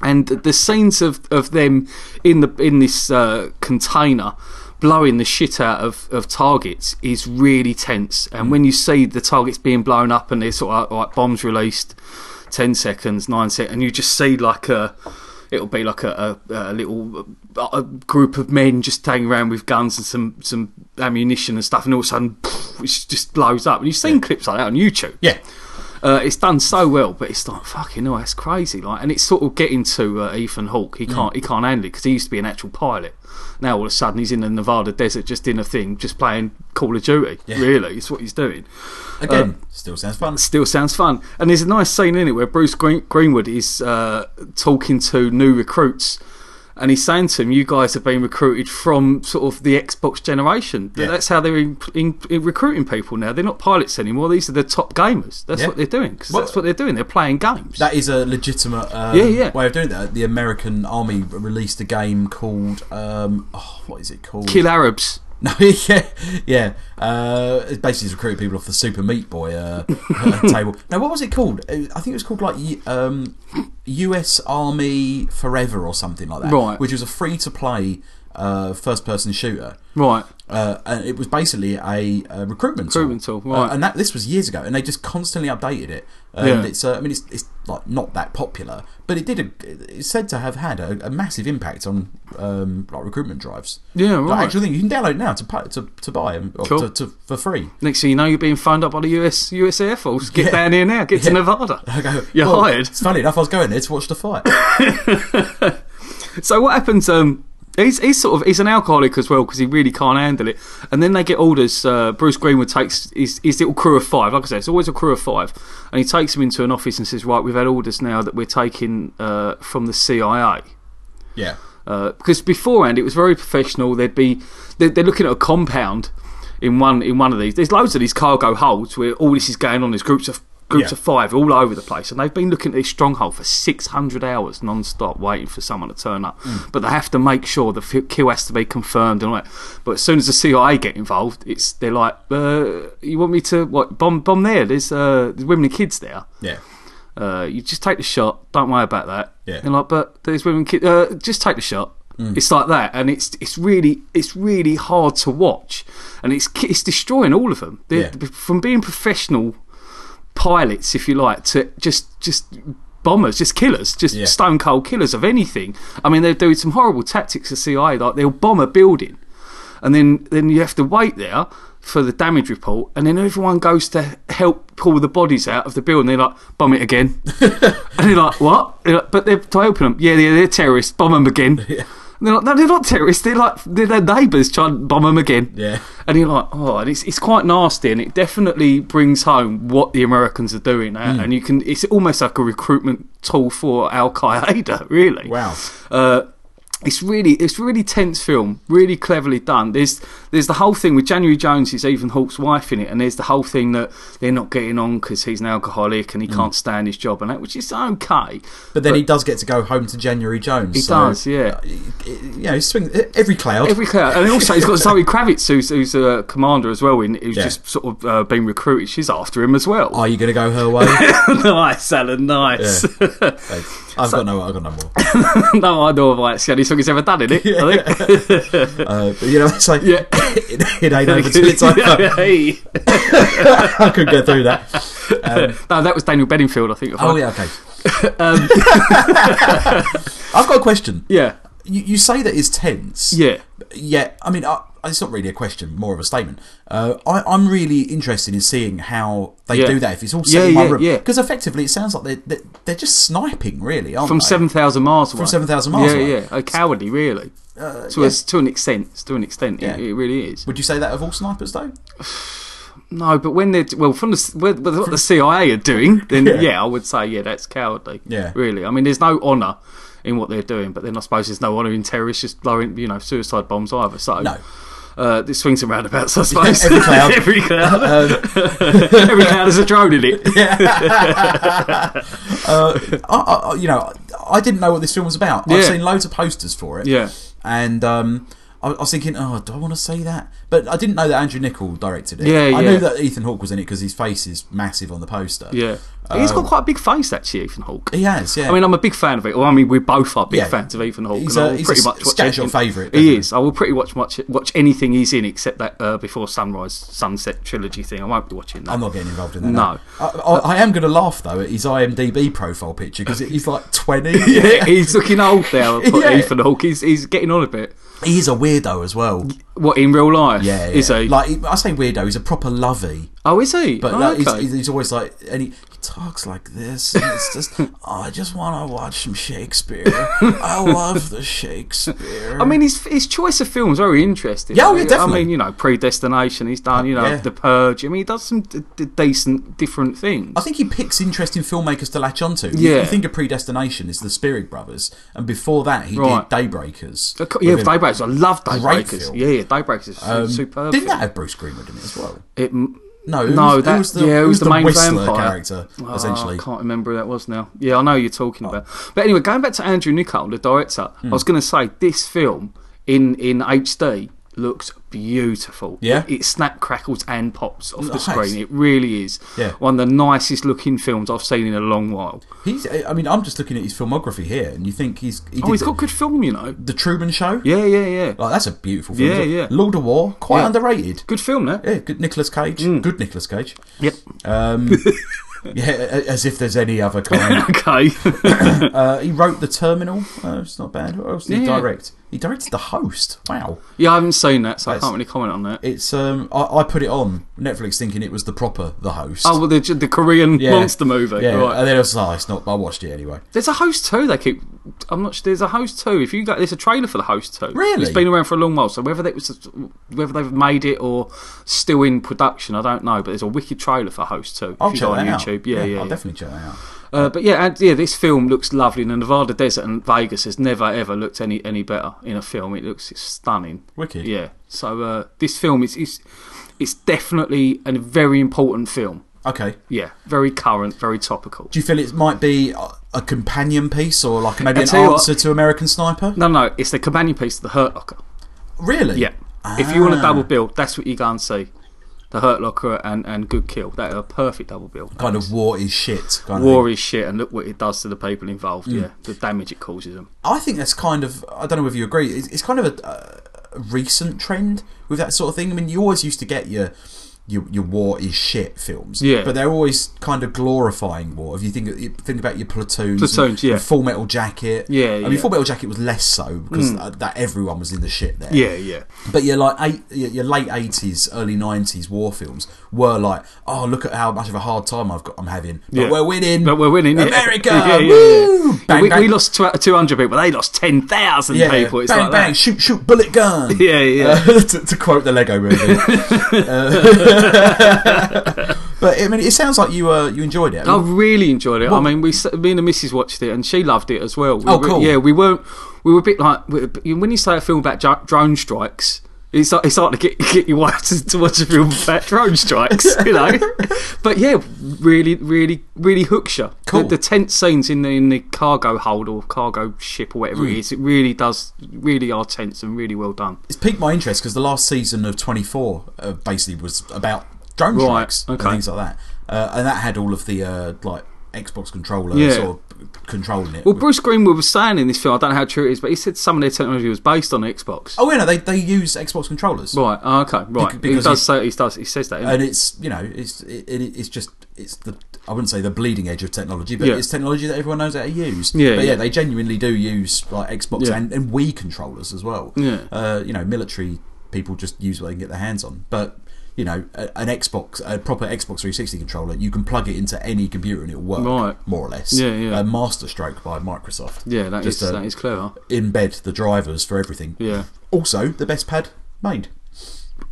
S2: And the, the scenes of, of them in the in this uh, container blowing the shit out of, of targets is really tense. And
S1: Hmm.
S2: when you see the targets being blown up and there's sort of like bombs released, ten seconds, nine seconds, and you just see like a it'll be like a, a, a little uh, a group of men just hanging around with guns and some, some ammunition and stuff, and all of a sudden poof, it just blows up. And you've seen clips like that on YouTube.
S1: yeah.
S2: Uh, it's done so well, but it's like fucking hell, that's crazy. Like, and it's sort of getting to uh, Ethan Hawke.
S1: Mm.
S2: He can't, he can't handle it because he used to be an actual pilot. Now all of a sudden he's in the Nevada desert, just in a thing, just playing Call of Duty.
S1: Yeah.
S2: Really, it's what he's doing. Um,
S1: Again, still sounds fun.
S2: Still sounds fun. And there's a nice scene in it where Bruce Green- Greenwood is uh, talking to new recruits. And he's saying to him, "You guys have been recruited from sort of the Xbox generation.
S1: Yeah.
S2: That's how they're in, in, in recruiting people now. They're not pilots anymore. These are the top gamers. That's
S1: Yeah.
S2: what they're doing because
S1: Well-
S2: that's what they're doing. They're playing games.
S1: That is a legitimate um,
S2: Yeah, yeah.
S1: way of doing that. The American Army released a game called um, oh, what is it called?
S2: Kill Arabs.
S1: No, yeah, yeah. Uh, it basically recruited people off the Super Meat Boy uh, uh, table. Now, what was it called? Uh, I think it was called like U- um, U.S. Army Forever or something like that.
S2: Right.
S1: Which was a free-to-play uh, first-person shooter.
S2: Right.
S1: Uh, and it was basically a, uh recruitment tool.
S2: Recruitment tool, right.
S1: Uh, and that this was years ago, and they just constantly updated it. And
S2: Yeah.
S1: it's, uh, I mean, it's, it's like not that popular, but it did. A, it's said to have had a, a massive impact on um, like recruitment drives.
S2: Yeah, right.
S1: Like actual thing you can download it now to pu- to to buy 'em, or
S2: Cool.
S1: to, to, for free.
S2: Next thing you know, you're being phoned up by the US US Air Force. Get
S1: Yeah.
S2: down here now. Get to
S1: Yeah.
S2: Nevada.
S1: I go,
S2: You're
S1: uh, "Well,
S2: hired.
S1: It's funny enough, I was going there to watch the fight.
S2: So what happens? Um, he's, he's sort of he's an alcoholic as well because he really can't handle it. And then they get orders. Uh, Bruce Greenwood takes his, his little crew of five. Like I said, it's always a crew of five, and he takes them into an office and says, "Right, we've had orders now that we're taking uh, from the CIA."
S1: yeah,
S2: Uh, because beforehand it was very professional. They'd be they're, they're looking at a compound in one in one of these. There's loads of these cargo holds where all this is going on. There's groups of groups
S1: Yeah.
S2: of five all over the place, and they've been looking at this stronghold for 600 hours non-stop, waiting for someone to turn up. But they have to make sure the f- kill has to be confirmed and all that. But as soon as the CIA get involved, it's they're like, uh, "You want me to what bomb bomb there? There's, uh, there's women and kids there."
S1: yeah,
S2: uh, you just take the shot. Don't worry about that.
S1: Yeah. Mm.
S2: And like, but there's women. Ki- uh, just take the shot. It's like that, and it's it's really it's really hard to watch, and it's ki- it's destroying all of them. They're-
S1: Yeah.
S2: From being professional pilots, if you like, to just just bombers, just killers, just
S1: Yeah.
S2: stone cold killers of anything. I mean, they're doing some horrible tactics. The CIA, like they'll bomb a building, and then then you have to wait there for the damage report, and then everyone goes to help pull the bodies out of the building. They're like, bomb it again, and they're like, what? They're like, but they're to open them. Yeah, they're, they're terrorists. Bomb them again. And they're like, no, they're not terrorists. They're like they're their neighbours trying to bomb them again.
S1: Yeah.
S2: And you're like, oh, and it's it's quite nasty, and it definitely brings home what the Americans are doing, uh,
S1: Hmm.
S2: and you can it's almost like a recruitment tool for Al Qaeda, really.
S1: Wow.
S2: Uh, it's really it's really tense film, really cleverly done. There's there's the whole thing with January Jones is Ethan Hawke's wife in it, and there's the whole thing that they're not getting on because he's an alcoholic and he can't stand his job and that, which is okay.
S1: Mm. But then he does get to go home to January Jones.
S2: He
S1: so,
S2: does, yeah.
S1: uh, You know, he swings every cloud.
S2: Every cloud, and also he's got Zoe Kravitz, who's, who's a commander as well, in, who's
S1: Yeah.
S2: just sort of uh, been recruited. She's after him as well.
S1: Are you going to go her way?
S2: nice, Alan, nice.
S1: I've got no, I've got no more.
S2: no, I know about it. It's the only song he's ever done in it. I think.
S1: Uh, but you know, it's like
S2: Yeah.
S1: it, it ain't over till it's over.
S2: Hey.
S1: I could go through that. Um,
S2: No, that was Daniel Bedingfield, I think.
S1: oh yeah, okay.
S2: Um,
S1: I've got a question.
S2: Yeah.
S1: You, you say that it's tense.
S2: Yeah.
S1: Yeah, I mean, I, it's not really a question, more of a statement. Uh, I, I'm really interested in seeing how they
S2: Yeah.
S1: do that if it's all
S2: Yeah,
S1: set in one
S2: yeah,
S1: room.
S2: yeah.
S1: Because effectively, it sounds like they're, they're, they're just sniping, really, aren't
S2: From
S1: they?
S2: 7,000 miles away.
S1: 7,000 miles
S2: yeah,
S1: away. Uh,
S2: Yeah, A cowardly, really. to, a, to an extent. To an extent,
S1: Yeah.
S2: it, it really is.
S1: Would you say that of all snipers, though?
S2: No, but when they're. Well, from the, when, with what the CIA are doing, then
S1: Yeah.
S2: yeah. I would say, yeah, that's cowardly.
S1: Yeah.
S2: Really. I mean, there's no honour in what they're doing, but then I suppose there's no honour in terrorists just blowing, you know, suicide bombs either. So.
S1: No.
S2: Uh, it swings and roundabouts, I suppose.
S1: every cloud.
S2: every cloud.
S1: Um,
S2: Every cloud has a drone in it.
S1: uh, I, I, you know, I didn't know what this film was about. I've
S2: Yeah.
S1: seen loads of posters for it.
S2: Yeah.
S1: And um, I, I was thinking, oh, do I want to see that? But I didn't know that Andrew Nichol directed it.
S2: Yeah,
S1: I
S2: yeah.
S1: knew that Ethan Hawke was in it because his face is massive on the poster.
S2: Yeah. He's got quite a big face, actually, Ethan Hawke.
S1: Um, He has, yeah.
S2: I mean, I'm a big fan of it. Well, I mean, we both are big
S1: Yeah.
S2: fans of Ethan Hawke.
S1: He's
S2: and
S1: a-
S2: I will
S1: he's a
S2: pretty
S1: s-
S2: much watch
S1: stature
S2: anything-
S1: favourite,
S2: He
S1: definitely.
S2: is. I will pretty much watch watch anything he's in except that uh, Before Sunrise Sunset trilogy thing. I won't be watching that.
S1: I'm not getting involved in that.
S2: No.
S1: I, I, I am going to laugh though at his IMDb profile picture because he's like 20.
S2: he's looking old now. but
S1: Yeah.
S2: Ethan Hawke, he's, he's getting on a bit.
S1: He's a weirdo as well.
S2: What in real life?
S1: Yeah, yeah.
S2: is he?
S1: Like he- I say weirdo, he's a proper lovey,
S2: oh, is he?
S1: but
S2: oh,
S1: like,
S2: okay.
S1: he's, he's always like, and he, he talks like this. And it's just, "Oh, I just want to watch some Shakespeare. I love the Shakespeare.
S2: I mean, his his choice of films very interesting.
S1: Yeah, oh,
S2: I
S1: yeah,
S2: mean,
S1: definitely.
S2: I mean, you know, Predestination. He's done, you know,
S1: Yeah.
S2: The Purge. I mean, he does some d- d- decent, different things.
S1: I think he picks interesting filmmakers to latch onto. You-
S2: Yeah.
S1: You think of Predestination is the Spirit Brothers, and before that he
S2: Right.
S1: did Daybreakers.
S2: Co- Yeah,
S1: with him.
S2: Daybreakers. I love Daybreakers.
S1: film.
S2: Yeah, yeah, Daybreakers is
S1: Um,
S2: superb.
S1: Didn't that
S2: film.
S1: have Bruce Greenwood in it as well?
S2: It, m-
S1: No, it
S2: No,
S1: was,
S2: that-
S1: it was the,
S2: yeah, it
S1: it
S2: was
S1: was
S2: the
S1: the
S2: main
S1: Whistler
S2: vampire.
S1: character,
S2: oh,
S1: essentially. Oh.
S2: I can't remember who that was now. Yeah, I know who you're talking about. But anyway, going back to Andrew Nichol, the director, I
S1: Hmm.
S2: was going to say this film in in HD looks beautiful.
S1: Yeah?
S2: It, it snap crackles and pops off the
S1: Nice.
S2: screen. It really is
S1: Yeah.
S2: one of the nicest looking films I've seen in a long while.
S1: He's, I mean, I'm just looking at his filmography here, and you think he's he did
S2: Oh, he's
S1: the,
S2: got good film, you know.
S1: the Truman Show.
S2: Yeah, yeah, yeah.
S1: like that's a beautiful film.
S2: Yeah,
S1: isn't it?
S2: yeah.
S1: Lord of War, quite
S2: Yeah.
S1: underrated.
S2: Good film, that.
S1: Yeah, good Nicolas Cage.
S2: Mm.
S1: Good Nicolas Cage.
S2: Yep.
S1: Um, yeah, a- as if there's any other kind.
S2: Okay.
S1: Uh, he wrote The Terminal. Uh, it's not bad. What else did he
S2: Yeah.
S1: direct? He directed The Host. Wow.
S2: yeah, I haven't seen that, so I
S1: That's-
S2: can't really comment on that.
S1: It's um, I, I put it on Netflix thinking it was the proper The Host.
S2: Oh, well, the, the Korean
S1: Yeah.
S2: monster movie.
S1: yeah,
S2: Right.
S1: and then I was like, oh, it's not. I watched it anyway.
S2: There's a host too. They keep. I'm not. sure There's a host too. If you go, there's a trailer for the host too.
S1: Really?
S2: It's been around for a long while. So whether that was, whether they've made it or still in production, I don't know. But there's a wicked trailer for host too.
S1: I'll
S2: if you
S1: check
S2: go on
S1: that out.
S2: YouTube. Yeah, yeah.
S1: I'll
S2: yeah.
S1: definitely check that out.
S2: Uh, but yeah, and, yeah, this film looks lovely. And the Nevada desert and Vegas has never ever looked any any better in a film. It looks stunning.
S1: Wicked.
S2: Yeah. So uh, this film is is it's definitely a very important film.
S1: Okay.
S2: Yeah. Very current. Very topical.
S1: Do you feel it might be a- a companion piece or like maybe
S2: I
S1: an
S2: tell you what-
S1: answer to American Sniper?
S2: No, no. It's the companion piece to the Hurt Locker.
S1: Really?
S2: Yeah. If you want a
S1: Ah.
S2: double bill, that's what you go and see. The Hurt Locker and, and Good Kill. That are a perfect double bill.
S1: Kind of war is shit. Kind Of
S2: War is shit, and look what it does to the people involved.
S1: Mm.
S2: Yeah, the damage it causes them.
S1: thing. I think that's kind of. I don't know if you agree. It's, it's kind of a, uh, a recent trend with that sort of thing. I mean, you always used to get your. Your, your war is shit films,
S2: Yeah.
S1: but they're always kind of glorifying war. If you think you think about your platoons, and-
S2: Platoons, yeah.
S1: and Full Metal Jacket,
S2: Yeah,
S1: I mean,
S2: yeah. Hmm.
S1: Full Metal Jacket was less so because uh that everyone was in the shit there,
S2: Yeah, yeah.
S1: But your like eight, your your late eighties, early nineties war films were like, oh look at how much of a hard time I've got, I'm having, but
S2: Yeah.
S1: we're winning,
S2: But we're winning. yeah.
S1: America,
S2: Yeah, yeah, yeah.
S1: woo! Bang,
S2: we,
S1: bang.
S2: we lost two, 200 people, they lost 10,000
S1: yeah,
S2: people. It's
S1: bang
S2: like
S1: bang,
S2: that.
S1: shoot shoot, bullet gun,
S2: Yeah, yeah.
S1: Uh, to, to quote the Lego movie. Uh, but I mean, it sounds like you uh, you enjoyed it. I
S2: I
S1: mean,
S2: really enjoyed it. I mean, we s- me and the missus watched it, and she loved it as well. We
S1: Oh,
S2: were-
S1: cool.
S2: Yeah, we weren't. We were a bit like we- when you say a film about dr- drone strikes. It's like, it's hard to get, get your wife to, to watch a film about drone strikes, you know. but yeah, really, really, really hooks you.
S1: Cool.
S2: The, the tense scenes in the in the cargo hold or cargo ship or whatever it is, it really does, really are tense and really well done.
S1: Hmm. It's piqued my interest because the last season of 24 uh, basically was about drone
S2: Right,
S1: strikes
S2: okay.
S1: and things like that. Uh, and that had all of the uh, like Xbox controller
S2: Yeah.
S1: sort of controlling it.
S2: Well, Bruce Greenwood was saying in this film, I don't know how true it is, but he said some of their technology was based on Xbox.
S1: oh, yeah, no, they, they use Xbox controllers.
S2: Right. oh, okay. Right.
S1: because
S2: he
S1: he-
S2: does say he does. He says that.
S1: and it's you know it's it, it, it's just it's the I wouldn't say the bleeding edge of technology, but
S2: Yeah.
S1: it's technology that everyone knows how to use.
S2: Yeah,
S1: but yeah,
S2: yeah.
S1: they genuinely do use like Xbox
S2: Yeah.
S1: and, and Wii controllers as well.
S2: Yeah.
S1: uh, you know, military people just use what they can get their hands on, but. You know, a- an Xbox, a proper Xbox 360 controller, you can plug it into any computer and it'll work,
S2: Right.
S1: more or less.
S2: Yeah, yeah.
S1: Uh, Masterstroke by Microsoft.
S2: yeah, that is
S1: just, uh,
S2: that is clever.
S1: Embed the drivers for everything.
S2: Yeah.
S1: Also, the best pad made.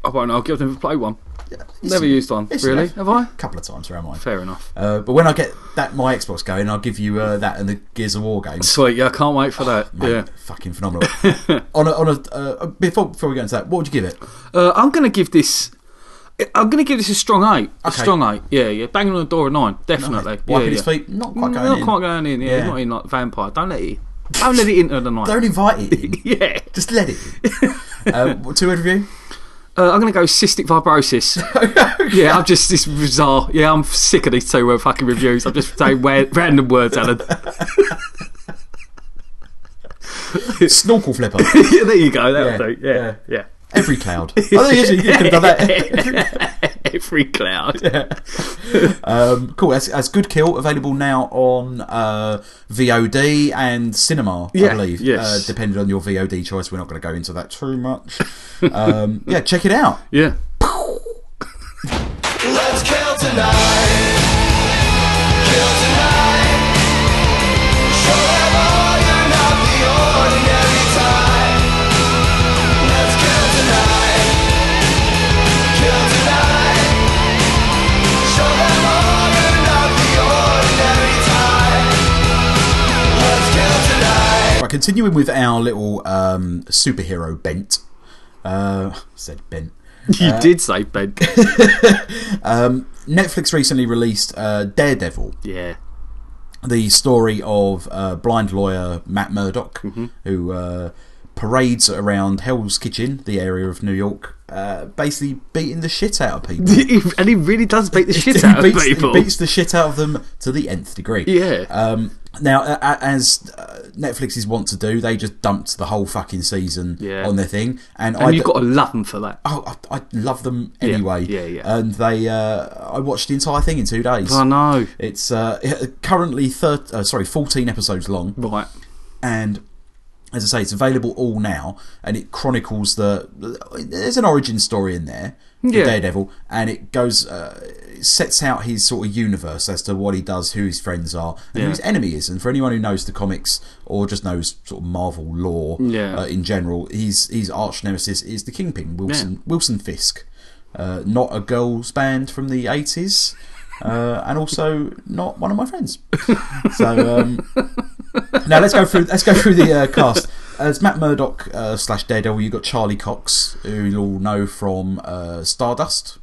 S2: I won't. I'll give them a play one.
S1: It's-
S2: Never used one.
S1: it's
S2: Really?
S1: enough.
S2: Have I?
S1: A couple of times around mine.
S2: Fair enough.
S1: Uh, but when I get that my Xbox going, I'll give you uh, that and the Gears of War game.
S2: Sweet. Yeah. I can't wait for that.
S1: Mate,
S2: yeah.
S1: fucking phenomenal. on a, on a uh, before before we go into that, what would you give it?
S2: Uh, I'm going to give this. I'm going to give this a strong eight. A
S1: Okay.
S2: strong eight. Yeah, yeah. Banging on the door at nine. Definitely.
S1: Wiping
S2: Yeah, yeah.
S1: his feet, not quite going
S2: not
S1: in.
S2: quite going in. Yeah,
S1: Yeah.
S2: not in like vampire. Don't let it. Don't let it into the night.
S1: Don't invite it. In.
S2: Yeah.
S1: Just let it. In. um, two review.
S2: Uh, I'm going to go cystic fibrosis.
S1: Oh,
S2: Yeah, I'm just this bizarre. Yeah, I'm sick of these two word fucking reviews. I'm just saying wa- random words, Alan.
S1: Snorkel flipper.
S2: Yeah, there you go. That'll
S1: Yeah,
S2: do. Yeah, yeah.
S1: Every cloud. I think actually you could have done that.
S2: Every cloud.
S1: Um, cool. That's, that's good kill. Available now on uh, VOD and cinema. I
S2: Yeah,
S1: believe.
S2: yes.
S1: Uh, depending on your VOD choice, we're not going to go into that too much. um, yeah, check it out.
S2: Yeah.
S3: Let's kill tonight. Kill tonight. Show them all you're not the ordinary type. Let's kill tonight. Kill tonight. Show them all you're not the ordinary type. Let's kill tonight.
S1: Right, continuing with our little um, superhero bent. Uh, said bent.
S2: You
S1: Uh,
S2: did say Ben.
S1: Netflix recently released uh, Daredevil,
S2: yeah.
S1: the story of uh, blind lawyer Matt Murdock,
S2: Mm-hmm.
S1: who uh, parades around Hell's Kitchen, the area of New York, uh, basically beating the shit out of people.
S2: and he really does beat the shit
S1: he
S2: out
S1: beats,
S2: of
S1: he
S2: people.
S1: beats the shit out of them to the nth degree.
S2: Yeah.
S1: Um, now, a- a- as uh, Netflix is wont to do, they just dumped the whole fucking season
S2: Yeah.
S1: on their thing, and, I
S2: and you've got to love him for that.
S1: Oh, I, I love them anyway.
S2: yeah, yeah.
S1: And they, uh, I watched the entire thing in two days.
S2: I know.
S1: It's uh, currently thir- uh, sorry, fourteen episodes long,
S2: Right.
S1: and as I say, it's available all now, and it chronicles the. There's an origin story in there, for
S2: Yeah.
S1: Daredevil, and it goes, uh, it sets out his sort of universe as to what he does, who his friends are, and who
S2: Yeah.
S1: his enemy is. And for anyone who knows the comics or just knows sort of Marvel lore
S2: Yeah.
S1: uh, in general, his his arch nemesis is the Kingpin, Wilson Wilson Fisk. Uh, not a girls band from the 80s, uh, and also not one of my friends. So um, now let's go through. Let's go through the uh, cast. As Matt Murdock uh, slash Daredevil, you have got Charlie Cox, who you'll all know from uh, Stardust.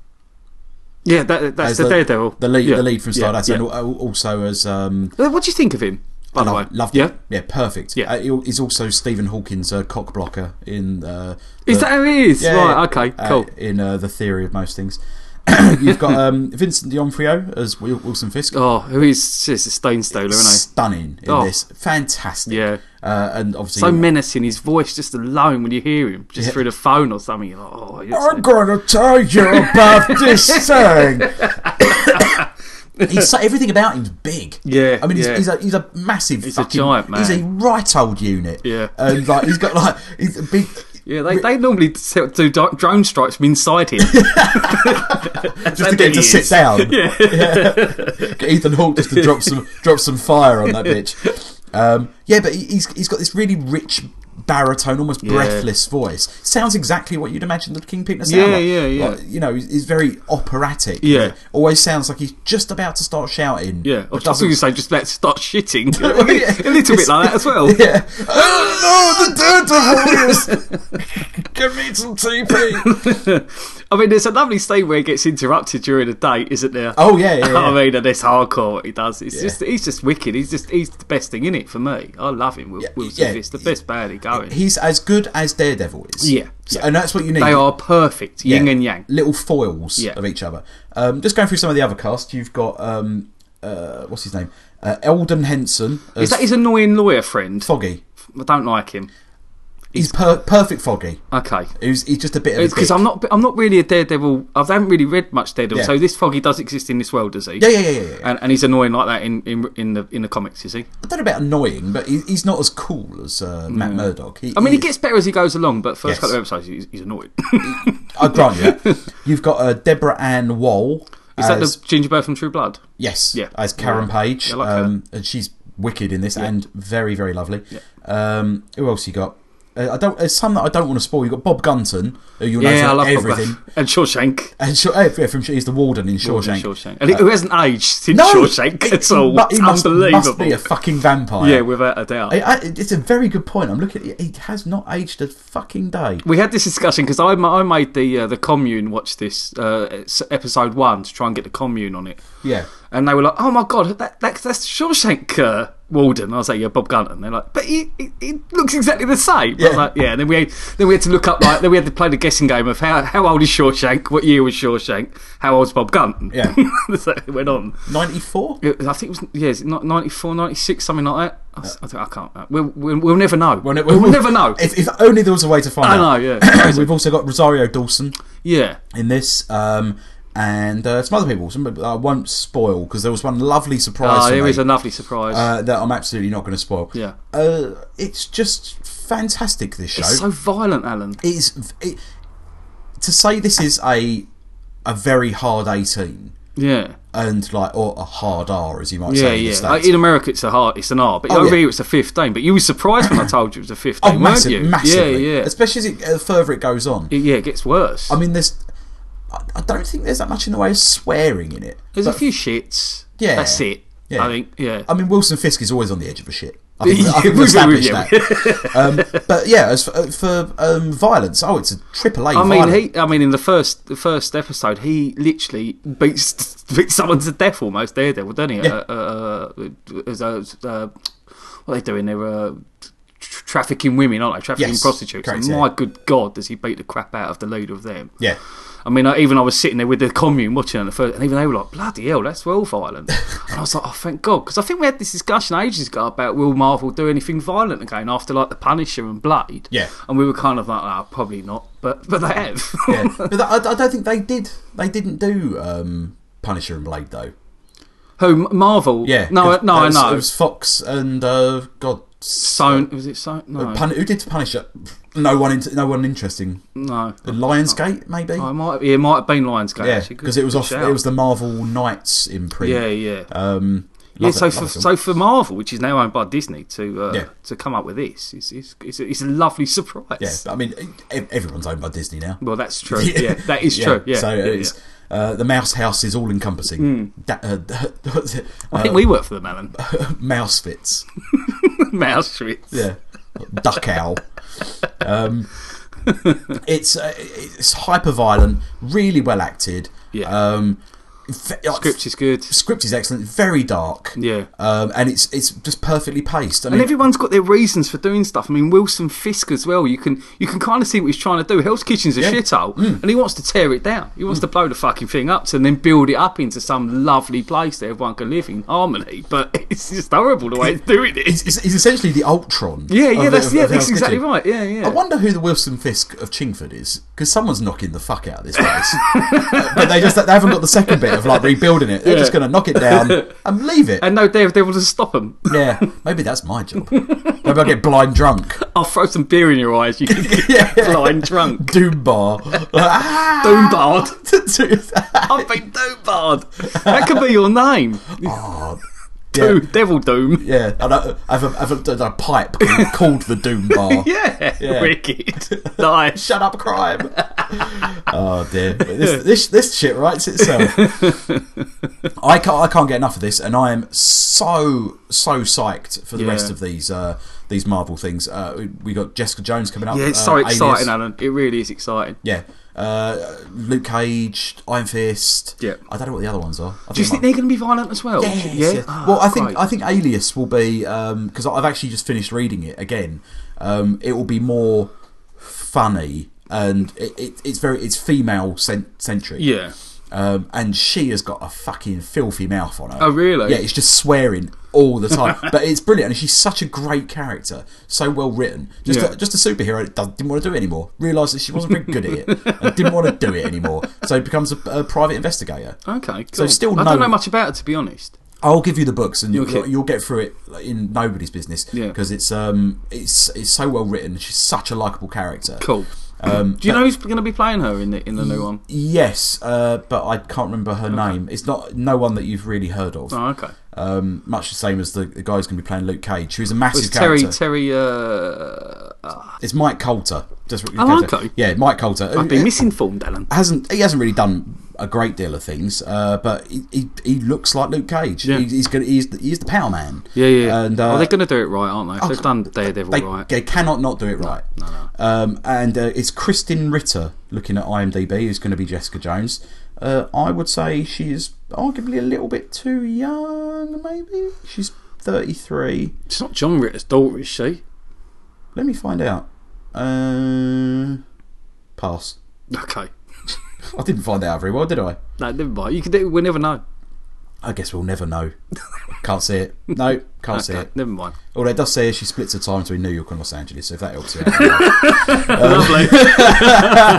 S2: Yeah, that, that's
S1: As
S2: the, Daredevil.
S1: The lead,
S2: yeah.
S1: the lead from
S2: Yeah,
S1: Stardust,
S2: yeah.
S1: and al- also as um,
S2: Uh, What do you think of him? By the way,
S1: love, loved
S2: yeah.
S1: it. yeah, perfect.
S2: Yeah.
S1: Uh, he- he's also Stephen Hawking's uh, cock blocker in. Uh,
S2: Is
S1: the-
S2: that who he is?
S1: Yeah,
S2: right.
S1: yeah.
S2: Okay.
S1: Uh,
S2: Cool.
S1: in uh, the theory of most things, you've got um, Vincent D'Onofrio as Wil- Wilson Fisk.
S2: Oh, who is just a stone stoler, isn't
S1: Stunning in
S2: Oh.
S1: this, fantastic.
S2: Yeah.
S1: uh, and obviously
S2: he? So menacing, his voice just alone when you hear him, just
S1: Yeah.
S2: through the phone or something. You're like, oh, yes,
S1: I'm going to tell you about this thing. he's so, everything about him's big.
S2: Yeah,
S1: I mean, he's,
S2: yeah.
S1: he's a he's a massive.
S2: a
S1: fucking,
S2: giant man.
S1: He's a right old unit.
S2: Yeah.
S1: and like he's got like he's a big.
S2: Yeah, they, they normally do do dro- drone strikes from inside him.
S1: just to get him to
S2: he
S1: sit
S2: is.
S1: down. Yeah. Get Ethan Hawke just to drop some drop some fire on that bitch. Um, yeah, but he- he's he's got this really rich baritone, almost breathless voice. Sounds exactly what you'd imagine the Kingpin to sound
S2: Yeah,
S1: like.
S2: yeah, yeah.
S1: Like, you know, he's, he's very operatic.
S2: Yeah.
S1: always sounds like he's just about to start shouting.
S2: Yeah, I
S1: but
S2: was going to
S1: doesn't.
S2: say just let's start shitting.
S1: Yeah.
S2: a little bit like that as well.
S1: Yeah. Oh, no, the daredevil is. Give me some TP.
S2: I mean, there's a lovely scene where he gets interrupted during the date, isn't there?
S1: Oh yeah, yeah. yeah.
S2: I mean, and it's hardcore what he does. It's
S1: Yeah.
S2: just he's just wicked. He's just he's the best thing in it for me. I love him. Will,
S1: Yeah,
S2: Will
S1: yeah.
S2: Smith. It's the best baddie going.
S1: He's as good as Daredevil is.
S2: Yeah,
S1: So-
S2: yeah.
S1: and that's what you need.
S2: they are perfect, yin
S1: Yeah.
S2: and yang.
S1: Little foils
S2: Yeah.
S1: of each other. Um, just going through some of the other cast, you've got um, uh, what's his name? Uh, Eldon Henson as
S2: Is that his annoying lawyer friend?
S1: Foggy.
S2: I don't like him.
S1: He's per- perfect Foggy.
S2: Okay.
S1: Who's he's just a bit of a
S2: Because
S1: dick.
S2: I'm not, I'm not really a daredevil. I haven't really read much daredevil.
S1: Yeah.
S2: So this Foggy does exist in this world, does he?
S1: Yeah, yeah, yeah, yeah. yeah.
S2: And, and he's annoying like that in, in in the in the comics, is he?
S1: I don't know about annoying, but he, he's not as cool as uh, Matt Murdock.
S2: Mm. I mean, he gets better as he goes along, but first
S1: Yes.
S2: couple of episodes, he's, he's annoyed.
S1: I grant you. that. You've got uh, Deborah Ann Wall.
S2: Is that
S1: as-
S2: the Gingerbird from True Blood?
S1: Yes.
S2: Yeah.
S1: As Karen Page.
S2: I like her.
S1: um, and she's wicked in this and very, very lovely.
S2: Yeah.
S1: Um, who else you got? Uh, I don't. There's some that I don't want to spoil. You've got Bob Gunton, who you'll know
S2: Yeah,
S1: from
S2: I love Bob
S1: everything.
S2: Bath- and Shawshank.
S1: And Shaw- eh, yeah, from he's the warden in Shawshank. Uh,
S2: Shawshank. And he- who hasn't aged since Shawshank
S1: he-
S2: at all?
S1: but he
S2: It's
S1: must, must
S2: unbelievable.
S1: be a fucking vampire.
S2: yeah, without a doubt.
S1: I, I, it's a very good point. I'm looking. At, he has not aged a fucking day.
S2: we had this discussion because I, ma- I made the uh, the commune watch this uh, s- episode one to try and get the commune on it,
S1: Yeah.
S2: and they were like, "Oh my god, that, that that's Shawshank uh, Walden." I was like, "Yeah, Bob Gunton." They're like, "But he, he, he looks exactly the same." I was
S1: Yeah.
S2: like, "Yeah." And then we had, then we had to look up like then we had to play the guessing game of how how old is Shawshank, what year was Shawshank, how old's Bob Gunton.
S1: Yeah.
S2: so it went on.
S1: Ninety four.
S2: It, I think it was yeah, is it not 94, 96, something like that. I, s- I don't- I can't. know. We'll, we'll, we'll never know. We'll, never know.
S1: If, if only there was a way to find
S2: I know.
S1: out.
S2: Yeah.
S1: We've also got Rosario Dawson
S2: yeah.
S1: in this, um, and uh, some other people. Some people I won't spoil because there was one lovely surprise.
S2: Oh,
S1: for
S2: there
S1: me,
S2: is a lovely surprise.
S1: uh, that I'm absolutely not going to spoil.
S2: Yeah.
S1: Uh, it's just fantastic. This show.
S2: it's so violent, Alan.
S1: it is it, to say this is a a very hard 18
S2: Yeah.
S1: and like or a hard R as you might
S2: Yeah,
S1: say in the
S2: yeah. Like,
S1: States.
S2: in America, it's a hard, it's an R, but
S1: Oh,
S2: over
S1: yeah.
S2: here, it's a fifteen. But you were surprised when I told you it was a fifteen,
S1: oh,
S2: weren't
S1: massive,
S2: you?
S1: massively.
S2: Yeah, yeah.
S1: Especially as it, uh, further it goes on.
S2: It- yeah, it gets worse.
S1: I mean, there's I, I don't think there's that much in the way of swearing in it.
S2: There's a
S1: But-
S2: few shits.
S1: Yeah.
S2: that's it.
S1: Yeah.
S2: I think. Yeah.
S1: I mean, Wilson Fisk is always on the edge of a shit. I think, I
S2: Yeah,
S1: think we
S2: we- we-
S1: established
S2: yeah.
S1: that. um, but yeah, as for, uh, for um, violence, oh, it's a triple A.
S2: I mean,
S1: violent.
S2: he. I mean, in the first the first episode, he literally beats beats someone to death almost. Daredevil, doesn't he?
S1: Yeah.
S2: Uh, uh, uh, as a- uh, what are they doing? They're uh, tr- trafficking women, aren't they? Trafficking
S1: Yes,
S2: prostitutes.
S1: correct,
S2: and
S1: yeah.
S2: my good God, does he beat the crap out of the leader of them?
S1: yeah,
S2: I mean, I, even I was sitting there with the commune watching it at first, and even they were like, bloody hell, that's well violent. and I was like, oh, thank God. Because I think we had this discussion ages ago about will Marvel do anything violent again after, like, The Punisher and Blade.
S1: Yeah.
S2: And we were kind of like, oh, probably not. But but they have.
S1: yeah. but that, I, I don't think they did. They didn't do um, Punisher and Blade though.
S2: Who, M- Marvel?
S1: Yeah.
S2: No,
S1: 'cause
S2: no, I
S1: it was- It
S2: know.
S1: was Fox and uh, God.
S2: Son, was it Son? No.
S1: Pun- who did Punisher? No one. In- no one interesting.
S2: no.
S1: Lionsgate, maybe.
S2: Oh, it, might, it might have been Lionsgate,
S1: yeah,
S2: actually. Good-
S1: because it was
S2: good
S1: off.
S2: shout.
S1: It was the Marvel Knights imprint.
S2: Yeah, yeah.
S1: Um,
S2: Yeah,
S1: love
S2: so
S1: it,
S2: for
S1: love it.
S2: so for Marvel, which is now owned by Disney, to uh,
S1: Yeah.
S2: to come up with this, it's it's, it's, a, it's a lovely surprise.
S1: yeah, but I mean, e- everyone's owned by Disney now.
S2: Well, that's true. Yeah, that is true. Yeah,
S1: So
S2: yeah,
S1: it's
S2: yeah.
S1: uh, the Mouse House is all encompassing. Da- uh, what's it?
S2: I think
S1: Uh,
S2: we work for them, Alan.
S1: mouse fits.
S2: Mouse Street.
S1: Yeah, duck owl. Um, it's uh, it's hyper violent, really well acted.
S2: Yeah.
S1: Um, ve- like,
S2: Script is good.
S1: script is excellent, very dark.
S2: Yeah.
S1: Um, and it's it's just perfectly paced. I mean,
S2: And everyone's got their reasons for doing stuff. I mean, Wilson Fisk as well. You can you can kind of see what he's trying to do. Hell's Kitchen's a
S1: Yeah.
S2: shithole, and he wants to tear it down. He wants to blow the fucking thing up to and then build it up into some lovely place that everyone can live in harmony. But it's just horrible the way he's doing it.
S1: it's, it's, it's essentially the Ultron.
S2: Yeah, yeah,
S1: of-
S2: that's
S1: of-
S2: yeah,
S1: of
S2: that's
S1: Hell's
S2: exactly
S1: Kitchen.
S2: right. Yeah, yeah.
S1: I wonder who the Wilson Fisk of Chingford is, because someone's knocking the fuck out of this place. Uh, but they just they haven't got the second bit of like rebuilding it. They're
S2: Yeah.
S1: just going to knock it down and leave it.
S2: and no Daredevil to stop him.
S1: yeah, maybe that's my job. Maybe I get blind drunk.
S2: I'll throw some beer in your eyes. You can get blind drunk.
S1: Doom bar. Like, ah!
S2: Doom barred.
S1: To do that.
S2: I've been doom barred. That could be your name.
S1: Oh,
S2: Doom, Devil Doom.
S1: Yeah, and I, I have a, I have a, a pipe called the Doom Bar.
S2: Yeah,
S1: Yeah.
S2: wicked. nice.
S1: Shut up, crime. oh dear, this, this this shit writes itself. I can't I can't get enough of this, and I am so so psyched for the
S2: Yeah.
S1: rest of these uh, these Marvel things. Uh, we- we got Jessica Jones coming up.
S2: Yeah, it's
S1: uh,
S2: so
S1: Alias.
S2: exciting, Alan. It really is exciting.
S1: Yeah, uh, Luke Cage, Iron Fist.
S2: Yeah.
S1: I don't know what the other ones are. I
S2: Do you think
S1: I-
S2: they're going to be violent as well?
S1: Yes,
S2: yeah.
S1: yes.
S2: Ah,
S1: well, I think
S2: great.
S1: I think Alias will be because I've actually just finished reading it again. Um, it will be more funny and it, it, it's very it's female cent- centric.
S2: yeah.
S1: Um, and she has got a fucking filthy mouth on her.
S2: Oh, really?
S1: Yeah, it's just swearing all the time. but it's brilliant, and she's such a great character, so well written. Just,
S2: Yeah.
S1: a, just a superhero that does, didn't want to do it anymore. Realised that she wasn't very good at it, and didn't want to do it anymore. So becomes a, a private investigator.
S2: Okay.
S1: So
S2: cool.
S1: still
S2: I don't
S1: no-
S2: know much about it to be honest.
S1: I'll give you the books, and you'll,
S2: Okay.
S1: you'll get through it like, in nobody's business
S2: Yeah.
S1: because it's um it's it's so well written. She's such a likable character.
S2: Cool.
S1: Um,
S2: Do you know who's going to be playing her in the in the
S1: Mm.
S2: new one?
S1: Yes, uh, but I can't remember her name. It's not no one that you've really heard of.
S2: Oh, okay.
S1: Um, much the same as the, the guy who's going to be playing Luke Cage, who's a massive
S2: It's Terry
S1: character.
S2: Terry. Uh, ah,
S1: it's Mike Coulter. Just
S2: Oh, okay.
S1: Yeah, Mike Coulter.
S2: I've been misinformed, Alan.
S1: hasn't he hasn't really done a great deal of things, uh, but he, he he looks like Luke Cage.
S2: Yeah.
S1: He, he's gonna, he's the, he's the Power Man.
S2: Yeah, yeah.
S1: And uh,
S2: oh, they're going to do it right, aren't they? If They've done Daredevil
S1: they,
S2: right.
S1: they cannot not do it right.
S2: no, no.
S1: Um, and uh, it's Kristin Ritter looking at IMDb, who's going to be Jessica Jones. Uh, I would say she is arguably a little bit too young. Maybe she's thirty-three.
S2: It's not John Ritter's daughter, is she?
S1: Let me find out. Uh, pass.
S2: Okay.
S1: I didn't find out very well, did I?
S2: No, never mind. You can do. We'll never know.
S1: I guess we'll never know. Can't see it. No, can't see
S2: Okay,
S1: it.
S2: never mind.
S1: Although it does say she splits her time between New York and Los Angeles, so if that helps you out. Uh,
S2: Lovely.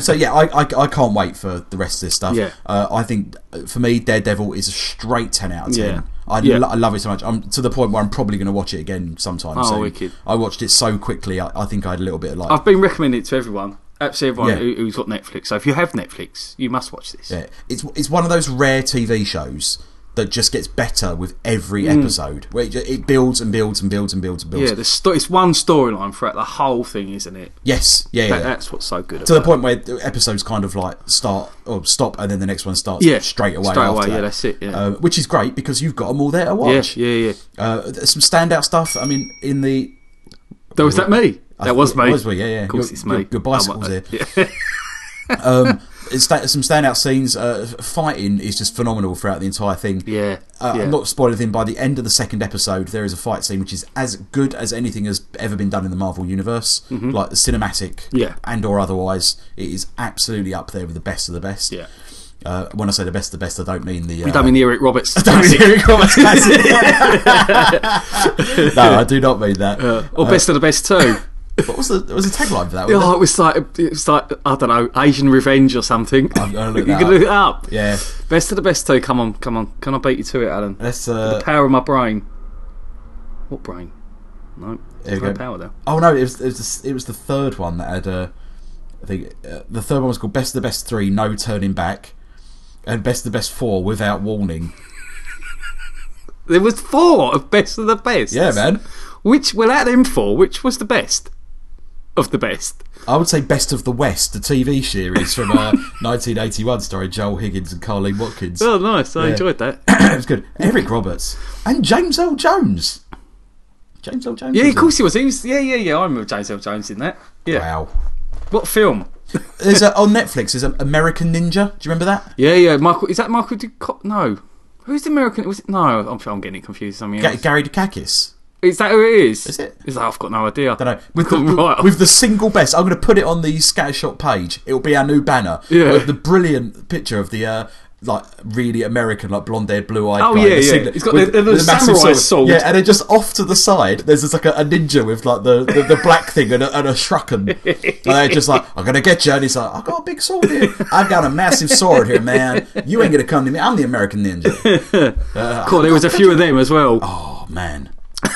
S1: so yeah, I, I, I can't wait for the rest of this stuff.
S2: Yeah.
S1: Uh, I think uh, for me, Daredevil is a straight ten out of ten.
S2: Yeah.
S1: I,
S2: Yeah.
S1: lo- I love it so much. I'm to the point where I'm probably going to watch it again sometime
S2: Oh,
S1: soon.
S2: wicked.
S1: I watched it so quickly. I, I think I had a little bit of like.
S2: I've been recommending it to everyone. Absolutely everyone
S1: Yeah.
S2: who, who's got Netflix. So if you have Netflix, you must watch this.
S1: Yeah, it's it's one of those rare TV shows that just gets better with every episode. Where it, ju- it builds and builds and builds and builds and builds.
S2: Mm. Yeah, the sto- it's one storyline throughout the whole thing, isn't it?
S1: Yes, yeah, yeah.
S2: That, that's what's so good.
S1: to the
S2: about
S1: point where the episodes kind of like start or stop, and then the next one starts
S2: Yeah,
S1: straight away.
S2: straight
S1: after
S2: away, yeah,
S1: that.
S2: that's it, yeah.
S1: Uh, which is great because you've got them all there to
S2: it.
S1: watch.
S2: Yeah, yeah, yeah.
S1: Uh, there's some standout stuff. I mean, in the
S2: That was that me.
S1: I
S2: that
S1: thought
S2: was
S1: it
S2: me.
S1: was me, yeah, yeah.
S2: Of course,
S1: Your-
S2: it's
S1: your-
S2: me.
S1: your bicycle's
S2: I'm-
S1: here.
S2: Yeah.
S1: um, it's sta- some standout scenes. Uh, fighting is just phenomenal throughout the entire thing.
S2: Yeah,
S1: Uh,
S2: yeah.
S1: I'm not spoiling anything. By the end of the second episode, there is a fight scene which is as good as anything has ever been done in the Marvel universe, like the cinematic,
S2: Mm-hmm. Yeah.
S1: and or otherwise. It is absolutely up there with the best of the best.
S2: Yeah.
S1: Uh, when I say the best of the best, I don't mean the. Uh,
S2: You don't mean the Eric Roberts.
S1: don't mean Eric Roberts classic. no, I do not mean that.
S2: or best of the best too.
S1: what was the what was the tagline for that? wasn't
S2: oh, it was like it was like I don't know Asian revenge or something.
S1: I'm gonna look
S2: you
S1: that
S2: can
S1: up.
S2: look it up.
S1: it? Yeah.
S2: Best of the best too. Come on, come on. Can I beat you to it, Alan?
S1: Let's. Uh,
S2: Power of my brain. What brain?
S1: There
S2: No,
S1: we
S2: there's no
S1: go.
S2: power there.
S1: Oh no, it was it was the, it was the third one that had. Uh, I think uh, the third one was called Best of the Best Three, No Turning Back, and Best of the Best Four Without Warning.
S2: There was four of best of the best.
S1: Yeah, man.
S2: Which well, out of them four, which was the best of the best?
S1: I would say Best of the West, the TV series from uh, 1981, starring Joel Higgins and Carleen Watkins. it
S2: Oh, nice. I
S1: Yeah.
S2: enjoyed that.
S1: was good. Eric Roberts and James L. Jones. James L. Jones.
S2: Yeah,
S1: was
S2: of
S1: in it.
S2: course he was. He was. Yeah, yeah, yeah. I remember James L. Jones in that. Yeah.
S1: Wow.
S2: What film?
S1: There's a, on Netflix. There's an American Ninja. Do you remember that?
S2: Yeah, yeah. Michael. Is that Michael? Duco- no. Who's the American? Was it? No, I'm, I'm getting it confused. I mean,
S1: Ga- Gary Dukakis.
S2: is that who it is?
S1: Is it?
S2: Is that, I've got no idea.
S1: don't know. With the,
S2: Right.
S1: with the single best, I'm going to put it on the Scattershot page. It'll be our new banner.
S2: Yeah.
S1: With the brilliant picture of the. Uh, like really American, like blonde haired, blue eyed.
S2: Oh,
S1: guy
S2: yeah,
S1: in the
S2: yeah.
S1: singlet
S2: He's got the- the
S1: massive
S2: samurai sword.
S1: Yeah, and then just off to the side, there's just like a, a ninja with like the, the, the black thing and a, and a shuriken. and they're just like, I'm gonna get you. And he's like, I've got a big sword here. I've got a massive sword here, man. You ain't gonna come to me. I'm the American ninja.
S2: Cool. There was a few of them as well.
S1: Oh man,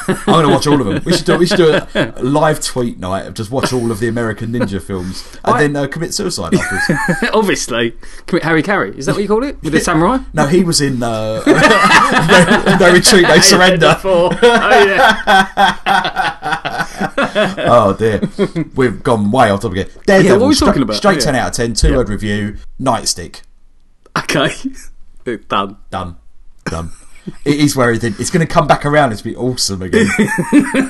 S1: I'm going to watch all of them. We should do, we should do a live tweet night of just watch all of the American Ninja films and
S2: I-
S1: then uh, commit suicide afterwards.
S2: Obviously, commit Harry Carry. Is that what you call it with the samurai?
S1: No, he was in uh, no, no Retreat, No Surrender.
S2: Oh, yeah.
S1: Oh dear, we've gone way off topic again. Daredevil,
S2: Yeah, what are we
S1: stra-
S2: talking about?
S1: Straight
S2: Yeah.
S1: ten out of ten, two word review. Nightstick,
S2: Okay, done.
S1: done, done. it is where it, it's going to come back around. It's be awesome again.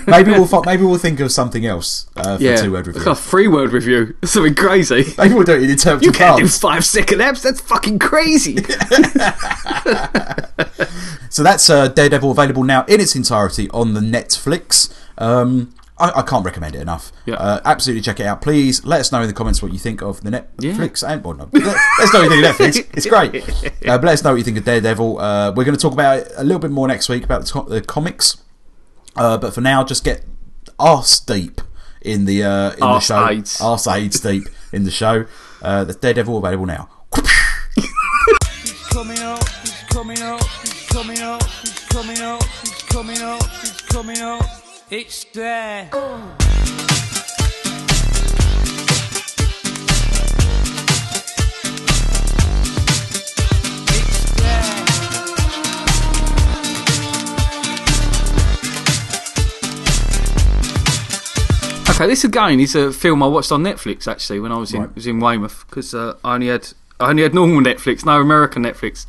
S1: maybe we'll fi- maybe we'll think of something else uh, for
S2: Yeah,
S1: two word
S2: Like
S1: review.
S2: a free word review. Something crazy.
S1: Maybe we'll do it in interpretive
S2: You can't do
S1: parts.
S2: five second apps. That's fucking crazy.
S1: So that's uh, Daredevil available now in its entirety on the Netflix. Um, I, I can't recommend it enough.
S2: Yeah.
S1: Uh, absolutely check it out. Please let us know in the comments what you think of the Netflix. And, well, no, let, us know what you think of Netflix. It's great. Uh, but let us know what you think of Daredevil. Uh, we're going to talk about it a little bit more next week about the, to- the comics. Uh, but for now, just get arse deep in the uh, in
S2: Arse
S1: the show.
S2: aids.
S1: Arse aids deep in the show. Uh, the Daredevil available now.
S4: coming up, it's coming up, it's coming up, it's coming up, it's coming up, it's coming up, it's there. It's there.
S2: Okay, this again is a film I watched on Netflix actually when I was in
S1: Right.
S2: was in Weymouth because uh, I only had I only had normal Netflix, no American Netflix,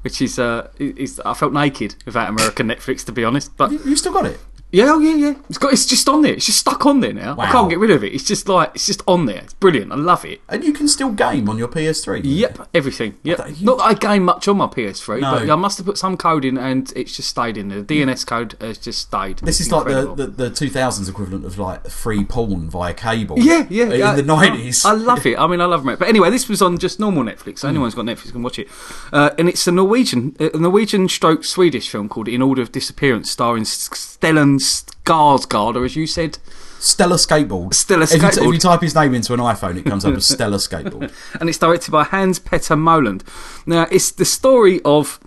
S2: which is uh is I felt naked without American Netflix to be honest. But
S1: You still got it.
S2: yeah, oh, yeah, yeah, it's got it's just on there. It's just stuck on there now.
S1: Wow.
S2: I can't get rid of it. It's just like it's just on there. It's brilliant. I love it.
S1: And you can still game on your PS3.
S2: Yep, everything. Yep.
S1: don't-
S2: Not that I game much on my PS3,
S1: No.
S2: but I must have put some code in and it's just stayed in. The DNS code has just stayed.
S1: This
S2: It's
S1: is like the,
S2: incredible.
S1: the, the 2000s equivalent of like free porn via cable.
S2: Yeah, yeah. Uh,
S1: In
S2: I-
S1: the 90s.
S2: I, I love it. I mean, I love it. But anyway, this was on just normal Netflix.
S1: Hmm.
S2: So Anyone who's got Netflix can watch it. Uh, and it's a Norwegian, a Norwegian stroke Swedish film called In Order of Disappearance, starring S- Stellan Skarsgård, or as you said,
S1: Stellar Skateboard.
S2: Stellar
S1: If you, t- if
S2: Skateboard.
S1: you type his name into an iPhone, it comes up as Stellar Skateboard.
S2: and it's directed by Hans Petter Moland. Now, it's the story of